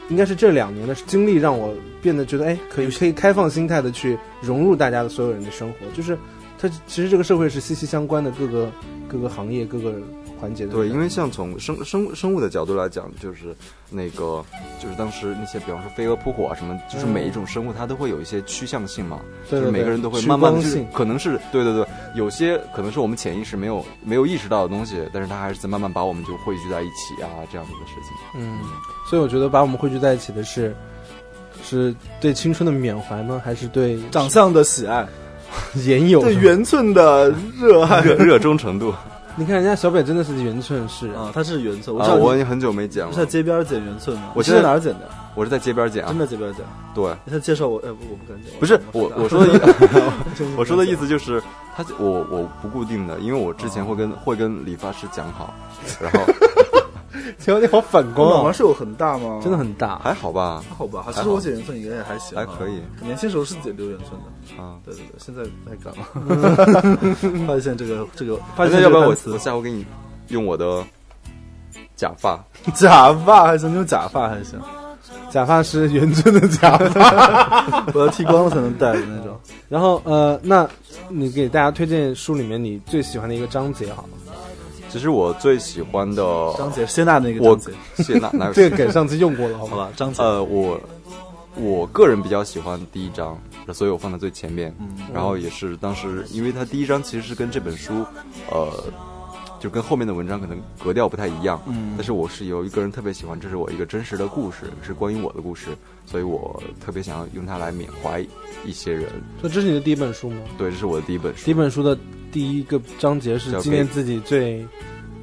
[SPEAKER 3] 应该是这两年的经历让我变得觉得，哎，可以可以开放心态的去融入大家的所有人的生活，就是它其实这个社会是息息相关的，各个各个行业各个环节的人。
[SPEAKER 4] 对，因为像从生生生物的角度来讲，就是那个就是当时那些，比方说飞蛾扑火啊什么，就是每一种生物它都会有一些趋向性嘛，
[SPEAKER 3] 对
[SPEAKER 4] 就
[SPEAKER 3] 对
[SPEAKER 4] 是每个
[SPEAKER 3] 对
[SPEAKER 4] 人都会
[SPEAKER 3] 趋
[SPEAKER 4] 慢慢的，
[SPEAKER 3] 光
[SPEAKER 4] 就是
[SPEAKER 3] 性
[SPEAKER 4] 可能是对对对，有些可能是我们潜意识没有 没有意识到的东西，但是它还是在慢慢把我们就汇聚在一起啊，这样子的事情。
[SPEAKER 3] 嗯，所以我觉得把我们汇聚在一起的是，是对青春的缅怀呢，还是对
[SPEAKER 2] 长相的喜爱，
[SPEAKER 3] 颜友呢？
[SPEAKER 2] 对圆寸的热爱
[SPEAKER 4] 热热衷程度
[SPEAKER 3] 你看人家小北真的是圆寸是人，
[SPEAKER 2] 啊，他是圆寸，我知
[SPEAKER 4] 啊，
[SPEAKER 2] 道
[SPEAKER 4] 我
[SPEAKER 2] 你
[SPEAKER 4] 已经很久没剪
[SPEAKER 2] 不是在
[SPEAKER 4] 了，
[SPEAKER 2] 街边剪圆寸吗？
[SPEAKER 4] 我
[SPEAKER 2] 你是
[SPEAKER 4] 现在
[SPEAKER 2] 在哪儿剪的？
[SPEAKER 4] 我是在街边剪啊
[SPEAKER 2] 真，的街边剪。
[SPEAKER 4] 对，
[SPEAKER 2] 他介绍我，哎，不我不敢剪。
[SPEAKER 4] 不是我我说的意， 我说的意
[SPEAKER 2] 思，
[SPEAKER 4] 思就是，他我我不固定的，因为我之前会跟会跟理发师讲 好，然后
[SPEAKER 3] 前两天好反
[SPEAKER 2] 我脑
[SPEAKER 3] 光
[SPEAKER 2] 门
[SPEAKER 3] 啊，
[SPEAKER 2] 是有啊很大吗？
[SPEAKER 3] 真的很大。
[SPEAKER 4] 还好吧，
[SPEAKER 2] 还 好吧？其
[SPEAKER 4] 还
[SPEAKER 2] 实
[SPEAKER 4] 好
[SPEAKER 2] 我剪圆寸应该也还行，啊
[SPEAKER 4] 还可以。
[SPEAKER 2] 年轻时候是剪留圆寸的，
[SPEAKER 4] 啊，
[SPEAKER 2] 对对 对，现在不太敢了。发现这个这个，
[SPEAKER 4] 嗯那
[SPEAKER 2] 现
[SPEAKER 4] 要不
[SPEAKER 2] 这个
[SPEAKER 4] 然我
[SPEAKER 2] 单
[SPEAKER 4] 我
[SPEAKER 2] 词
[SPEAKER 4] 下回给你用我的假发，
[SPEAKER 2] 假发还行，你有假发还行，
[SPEAKER 3] 假发是圆真的假 发。
[SPEAKER 2] 我要剃光了才能戴的那种。
[SPEAKER 3] 然后呃，那你给大家推荐书里面你最喜欢的一个章节好了。
[SPEAKER 4] 其实我最喜欢的
[SPEAKER 2] 张姐，谢娜那个
[SPEAKER 4] 我
[SPEAKER 2] 张姐，
[SPEAKER 4] 谢娜 哪有
[SPEAKER 3] 这个梗上次用过了，好
[SPEAKER 2] 好
[SPEAKER 3] 吧？
[SPEAKER 2] 吧，张姐，
[SPEAKER 4] 呃，我我个人比较喜欢第一章，所以我放在最前面。
[SPEAKER 3] 嗯
[SPEAKER 4] 然后也是当时，因为它第一章其实是跟这本书，呃，就跟后面的文章可能格调不太一样。
[SPEAKER 2] 嗯
[SPEAKER 4] 但是我是有一个人特别喜欢，这是我一个真实的故事，是关于我的故事，所以我特别想要用它来缅怀一些人。
[SPEAKER 3] 说这是你的第一本书吗？
[SPEAKER 4] 对，这是我的第一本书，
[SPEAKER 3] 第一本书的第一个章节是
[SPEAKER 4] 叫
[SPEAKER 3] 纪念自己最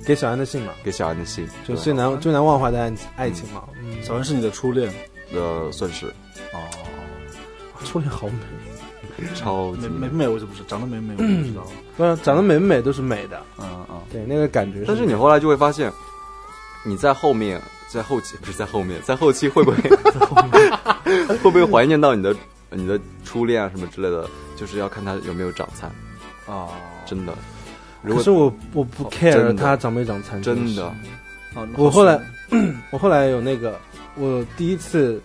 [SPEAKER 3] 给小安的信嘛，
[SPEAKER 4] 给小安的信，
[SPEAKER 3] 就
[SPEAKER 4] 对
[SPEAKER 3] 最难最难忘怀的爱爱情嘛。嗯，
[SPEAKER 2] 小文是你的初恋，
[SPEAKER 4] 呃，算是
[SPEAKER 3] 初恋嗯好美，
[SPEAKER 4] 超级
[SPEAKER 2] 美美不美我就不知，长得美不美我就不知道了。
[SPEAKER 3] 不然长得美不美都是美的。
[SPEAKER 2] 嗯嗯，
[SPEAKER 3] 对，那个感觉。
[SPEAKER 4] 但是你后来就会发现，你在后面，在后期不是在后面，在后期会不会 会不会怀念到你的你的初恋啊什么之类的？就是要看他有没有长残，
[SPEAKER 2] 啊，
[SPEAKER 4] 真的。如
[SPEAKER 3] 可
[SPEAKER 4] 果
[SPEAKER 3] 是我我不
[SPEAKER 4] 哦真
[SPEAKER 3] care
[SPEAKER 4] 的
[SPEAKER 3] 他长没长残，
[SPEAKER 4] 真的，
[SPEAKER 2] 好
[SPEAKER 3] 我后来， 我后来有那个，我第一次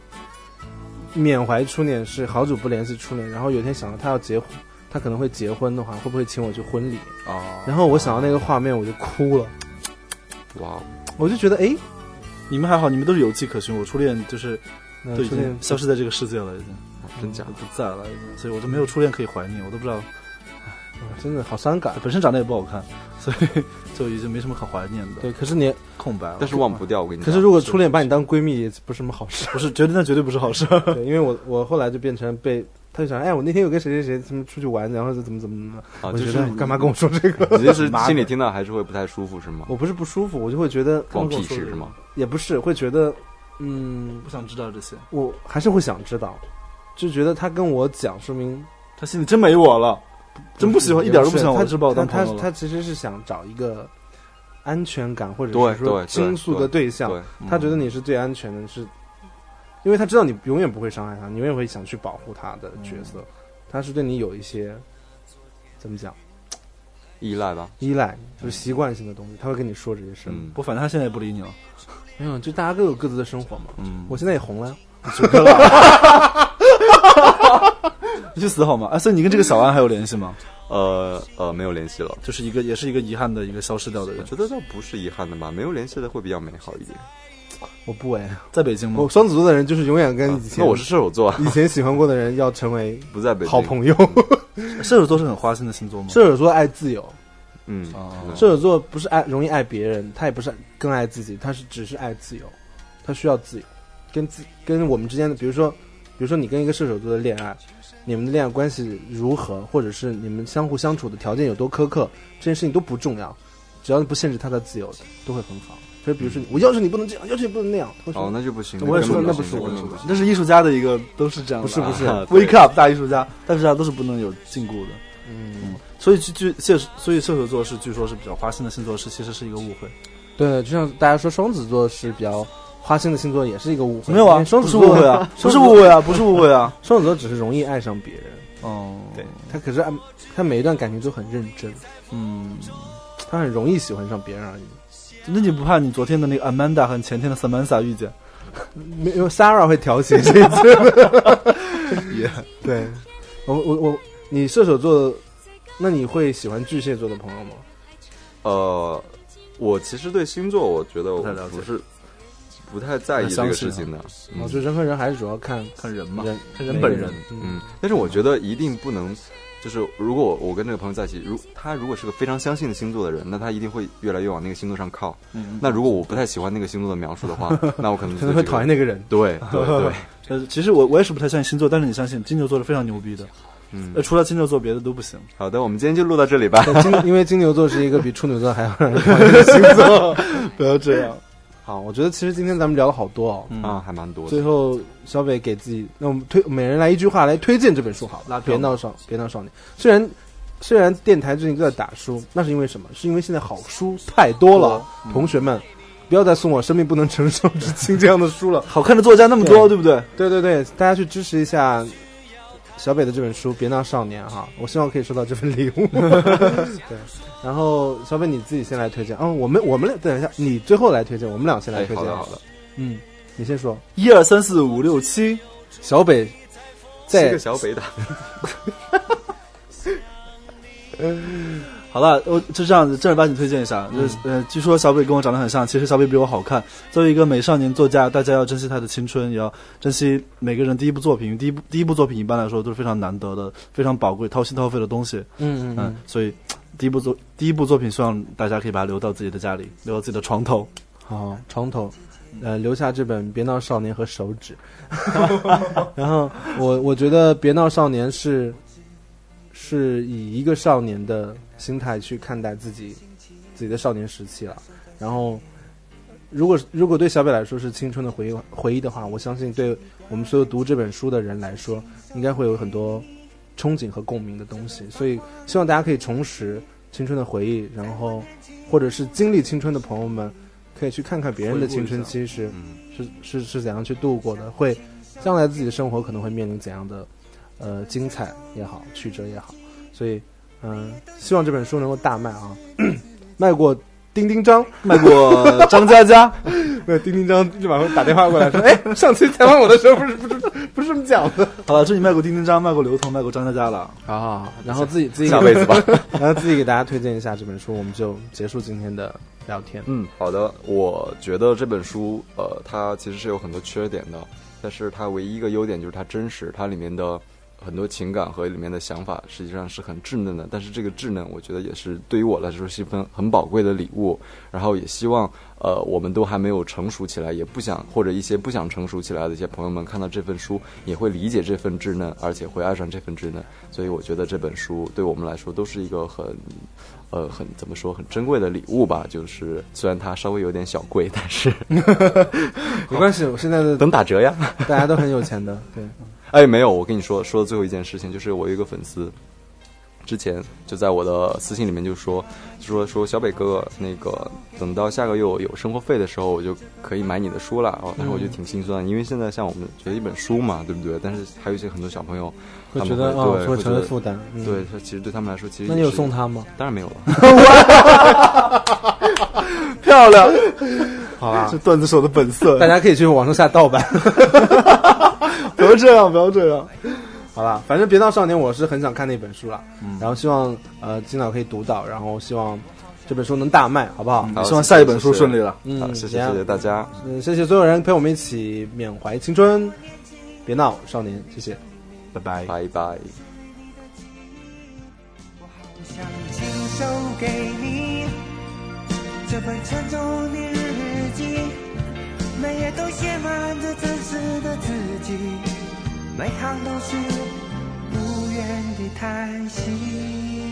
[SPEAKER 3] 缅怀初恋是好久不联系初恋，然后有一天想到他要结婚，他可能会结婚的话，会不会请我去婚礼？
[SPEAKER 4] 啊，
[SPEAKER 3] 然后我想到那个画面，我就哭了，
[SPEAKER 4] 哇哦，
[SPEAKER 3] 我就觉得哎，
[SPEAKER 2] 你们还好，你们都是有迹可循。我初恋就是呃
[SPEAKER 3] 那
[SPEAKER 2] 都已
[SPEAKER 3] 初恋
[SPEAKER 2] 经消失在这个世界了，已经
[SPEAKER 4] 真假的？
[SPEAKER 2] 不在了，已经，所以我就没有初恋可以怀念，我都不知道，
[SPEAKER 3] 啊真的好伤感。
[SPEAKER 2] 本身长得也不好看， 所以就已经没什么可怀念的
[SPEAKER 3] 对，可是你，
[SPEAKER 2] 空白了。
[SPEAKER 4] 但是忘不掉，我跟你
[SPEAKER 3] 可
[SPEAKER 4] 讲。
[SPEAKER 3] 是如果初恋把你当闺蜜，也不是什么好 事。
[SPEAKER 2] 不是，绝对那绝对不是好事。
[SPEAKER 3] 对，因为我我后来就变成被。他就想，哎，我那天有跟谁谁谁他们出去玩，然后就怎么怎么怎么，
[SPEAKER 4] 啊，
[SPEAKER 3] 我
[SPEAKER 4] 就
[SPEAKER 3] 觉
[SPEAKER 4] 是
[SPEAKER 3] 得干嘛跟我说这个？
[SPEAKER 4] 你就是心里听到还是会不太舒服是吗？
[SPEAKER 3] 我不是不舒服，我就会觉得嗯
[SPEAKER 4] 光
[SPEAKER 2] 跟我
[SPEAKER 4] 屁
[SPEAKER 2] 说
[SPEAKER 4] 事
[SPEAKER 2] 的
[SPEAKER 4] 是吗？
[SPEAKER 3] 也不是会觉得，嗯，
[SPEAKER 2] 不想知道这些，
[SPEAKER 3] 我还是会想知道，就觉得他跟我讲，说明
[SPEAKER 2] 他心里真没我了，真不喜欢，一点都不喜欢我，
[SPEAKER 3] 他
[SPEAKER 2] 只把我当朋
[SPEAKER 3] 他
[SPEAKER 2] 友
[SPEAKER 3] 他
[SPEAKER 2] 了。
[SPEAKER 3] 他其实是想找一个安全感，或者
[SPEAKER 4] 对
[SPEAKER 3] 是说
[SPEAKER 4] 对
[SPEAKER 3] 倾诉的对嗯象
[SPEAKER 4] 对，嗯
[SPEAKER 3] 他觉得你是最安全的，是，因为他知道你永远不会伤害他，你永远会想去保护他的角色，他是对你有一些怎么讲
[SPEAKER 4] 依赖吧，
[SPEAKER 3] 依赖，就是习惯性的东西，他会跟你说这些事。
[SPEAKER 4] 嗯，
[SPEAKER 2] 我反正他现在也不理你了。
[SPEAKER 3] 没有，就大家各有各自的生活嘛。
[SPEAKER 4] 嗯
[SPEAKER 3] 我现在也红了，
[SPEAKER 2] 你去死好吗？啊，所以你跟这个小安还有联系吗？
[SPEAKER 4] 呃呃，没有联系了。
[SPEAKER 2] 就是一个，也是一个遗憾的一个消失掉的
[SPEAKER 4] 我
[SPEAKER 2] 人，
[SPEAKER 4] 觉得倒不是遗憾的吧，没有联系的会比较美好一点。
[SPEAKER 3] 我不 哎，
[SPEAKER 2] 在北京吗
[SPEAKER 3] 我？双子座的人就是永远跟
[SPEAKER 4] 啊
[SPEAKER 3] 以前、
[SPEAKER 4] 那我是射手座，
[SPEAKER 3] 以前喜欢过的人要成为
[SPEAKER 4] 不在北京。
[SPEAKER 3] 好朋 友。
[SPEAKER 2] 射手座是很花心的星座吗？
[SPEAKER 3] 射手座爱自由，
[SPEAKER 4] 嗯
[SPEAKER 2] 哦，
[SPEAKER 4] 对
[SPEAKER 3] 射手座不是爱容易爱别人，他也不是更爱自己，他是只是爱自由，他需要自由，跟自跟我们之间的，比如说，比如说你跟一个射手座的恋爱，你们的恋爱关系如何，或者是你们相互相处的条件有多苛刻，这件事情都不重要，只要你不限制他的自由，都会很好。所以，比如说你，我要求你不能这样，要求你不能那样，他会说
[SPEAKER 4] 嗯哦，那就不行。
[SPEAKER 2] 我也说
[SPEAKER 4] 根
[SPEAKER 2] 那
[SPEAKER 4] 本
[SPEAKER 2] 不
[SPEAKER 4] 不
[SPEAKER 2] 是
[SPEAKER 4] 行
[SPEAKER 2] 我
[SPEAKER 4] 根
[SPEAKER 2] 的
[SPEAKER 4] 本不行，
[SPEAKER 2] 那是艺术家的一个都是这样的，
[SPEAKER 3] 不是不是
[SPEAKER 4] 啊对
[SPEAKER 2] wake up 大艺术家，大艺术家都是不能有禁锢的。
[SPEAKER 3] 嗯，
[SPEAKER 2] 所以据据射所以射手座是据说是比较花心的星座，是其实是一个误会。
[SPEAKER 3] 对，就像大家说双子座是比较花心的星座，也是一个误会。
[SPEAKER 2] 没有啊，
[SPEAKER 3] 因为双
[SPEAKER 2] 不
[SPEAKER 3] 子
[SPEAKER 2] 是
[SPEAKER 3] 座
[SPEAKER 2] 误会啊，不
[SPEAKER 3] 双
[SPEAKER 2] 是
[SPEAKER 3] 子
[SPEAKER 2] 误
[SPEAKER 3] 座
[SPEAKER 2] 会啊，不是误会 啊。
[SPEAKER 3] 双子座只是容易爱上别人，
[SPEAKER 2] 哦，
[SPEAKER 3] 对，他可是按他每一段感情都很认真，
[SPEAKER 2] 嗯，
[SPEAKER 3] 他很容易喜欢上别人而已。
[SPEAKER 2] 那你不怕你昨天的那个 Amanda 和前天的 Samantha 遇见？
[SPEAKER 3] 没有 Sarah 会调节这一切。 对，我我我，你射手座，那你会喜欢巨蟹座的朋友吗？
[SPEAKER 4] 呃，我其实对星座，我觉得我
[SPEAKER 2] 不太了解
[SPEAKER 4] 不是不太在意这个事情的。嗯
[SPEAKER 3] 我觉得哦人和人还是主要看
[SPEAKER 2] 看人嘛，
[SPEAKER 3] 人，
[SPEAKER 2] 看人本人。
[SPEAKER 4] 嗯，但是我觉得一定不能，就是如果我跟这个朋友在一起，如他如果是个非常相信的星座的人，那他一定会越来越往那个星座上靠。
[SPEAKER 2] 嗯，
[SPEAKER 4] 那如果我不太喜欢那个星座的描述的话，那我可能
[SPEAKER 3] 可能会讨厌那
[SPEAKER 4] 个。
[SPEAKER 3] 个人。
[SPEAKER 4] 对对对，
[SPEAKER 2] 呃，其实我我也是不太相信星座，但是你相信金牛座是非常牛逼的。
[SPEAKER 4] 嗯
[SPEAKER 2] 呃，，除了金牛座，别的都不行。
[SPEAKER 4] 好的，我们今天就录到这里吧。
[SPEAKER 3] 对金，因为金牛座是一个比处女座还要让人讨厌的星座。
[SPEAKER 2] 不要这样。
[SPEAKER 3] 好，我觉得其实今天咱们聊了好多哦。
[SPEAKER 2] 嗯
[SPEAKER 4] 啊，还蛮多
[SPEAKER 3] 最
[SPEAKER 4] 的。
[SPEAKER 3] 后，小北给自己，那我们推每人来一句话来推荐这本书好
[SPEAKER 2] 拉
[SPEAKER 3] 了。
[SPEAKER 2] 票
[SPEAKER 3] 别闹少，别闹少年。虽然虽然电台最近都在打书，那是因为什么？是因为现在好书太多了，同学们，不要再送我《生命不能承受之轻》这样的书了。
[SPEAKER 2] 好看的作家那么多，对
[SPEAKER 3] 对
[SPEAKER 2] 不对？
[SPEAKER 3] 对对对，大家去支持一下小北的这本书《别闹少年》哈，我希望可以收到这份礼 物。对，然后小北你自己先来推荐，嗯，我们我们俩等一下，你最后来推荐，我们俩先来
[SPEAKER 4] 哎，
[SPEAKER 3] 推
[SPEAKER 4] 好
[SPEAKER 3] 荐。
[SPEAKER 4] 的好的，
[SPEAKER 3] 嗯，你先说。
[SPEAKER 2] 一二三四五六七，
[SPEAKER 3] 小北
[SPEAKER 4] 七
[SPEAKER 3] 在
[SPEAKER 4] 个小北打，
[SPEAKER 2] 好了，我就这样子正儿八经推荐一下，就是呃，据说小北跟我长得很像，其实小北比我好看。作为一个美少年作家，大家要珍惜他的青春，也要珍惜每个人第一部作品。第一部第一部作品一般来说都是非常难得的、非常宝贵、掏心掏肺的东西。
[SPEAKER 3] 嗯
[SPEAKER 2] 嗯，
[SPEAKER 3] 嗯嗯，
[SPEAKER 2] 所以第一部作第一部作品，希望大家可以把它留到自己的家里，留到自己的床头。
[SPEAKER 4] 嗯
[SPEAKER 3] 好，床头，呃，留下这本《别闹少年》和手 指。然后我我觉得《别闹少年是》是以一个少年的心态去看待自己自己的少年时期了。然后，如果如果对小北来说是青春的回忆回忆的话，我相信对我们所有读这本书的人来说，应该会有很多憧憬和共鸣的东西。所以，希望大家可以重拾青春的回忆，然后或者是经历青春的朋友们，可以去看看别人的青春期是
[SPEAKER 4] 嗯，
[SPEAKER 3] 是是是怎样去度过的，会将来自己的生活可能会面临怎样的呃精彩也好，曲折也好，所以嗯、希望这本书能够大卖啊， 卖过丁丁张，
[SPEAKER 2] 卖过张嘉佳，
[SPEAKER 3] 没有丁丁张立马会打电话过来 说，哎，上期采访我的时候不是不是不是这么讲的，
[SPEAKER 2] 好了，这里卖过丁丁张，卖过刘同，卖过张嘉佳了。
[SPEAKER 3] 好好好，然后自己自己
[SPEAKER 4] 下辈子吧。
[SPEAKER 3] 然后自己给大家推荐一下这本书，我们就结束今天的聊 天，
[SPEAKER 4] 嗯，好的。我觉得这本书，呃，它其实是有很多缺点的，但是它唯一一个优点就是它真实，它里面的很多情感和里面的想法实际上是很稚嫩的。但是这个稚嫩，我觉得也是对于我来说是一份很宝贵的礼物。然后也希望，呃，我们都还没有成熟起来，也不想或者一些不想成熟起来的一些朋友们看到这份书，也会理解这份稚嫩，而且会爱上这份稚嫩。所以我觉得这本书对我们来说都是一个很呃，很怎么说，很珍贵的礼物吧。就是虽然它稍微有点小贵，但是
[SPEAKER 3] 没关系，我现在的
[SPEAKER 4] 能打折呀。
[SPEAKER 3] 大家都很有钱 的，对，
[SPEAKER 4] 哎，没有，我跟你说，说最后一件事情，就是我有一个粉丝，之前就在我的私信里面就说，就说说小北哥哥，那个等到下个月我有生活费的时候，我就可以买你的书了。哦，当
[SPEAKER 3] 嗯
[SPEAKER 4] 时我就挺心酸的，因为现在像我们觉得一本书嘛，对不对？但是还有一些很多小朋友，
[SPEAKER 3] 会
[SPEAKER 4] 他们
[SPEAKER 3] 觉得
[SPEAKER 4] 会
[SPEAKER 3] 哦
[SPEAKER 4] 对
[SPEAKER 3] 会
[SPEAKER 4] 会
[SPEAKER 3] 成为
[SPEAKER 4] 觉得
[SPEAKER 3] 负担，嗯
[SPEAKER 4] 对，，他其实对他们来说，其实
[SPEAKER 3] 那你有
[SPEAKER 4] 也是
[SPEAKER 3] 送？他吗？
[SPEAKER 4] 当然没 有了。
[SPEAKER 2] 漂 亮，
[SPEAKER 3] 好吧
[SPEAKER 2] 这，段子手的本色
[SPEAKER 3] 大。家可以去网上下 盗版。
[SPEAKER 2] 不要这样，不要这样。
[SPEAKER 3] 好吧，反正《别闹少年》我是很想看那本书了，然后希望呃金老可以读到，然后希望这本书能大卖，好不好？
[SPEAKER 4] 好
[SPEAKER 2] 希望下一本书
[SPEAKER 4] 谢谢
[SPEAKER 2] 顺利了。
[SPEAKER 3] 嗯
[SPEAKER 4] 好，谢
[SPEAKER 3] 这
[SPEAKER 4] 谢
[SPEAKER 3] 样
[SPEAKER 4] 谢谢大家。
[SPEAKER 3] 嗯，谢谢所有人陪我们一起缅怀青春，别闹少年，谢谢。
[SPEAKER 2] 拜拜。
[SPEAKER 4] 拜拜。
[SPEAKER 5] 想亲手给你这本沉重的日记，每页都写满着真实的自己，每行都是无言的叹息。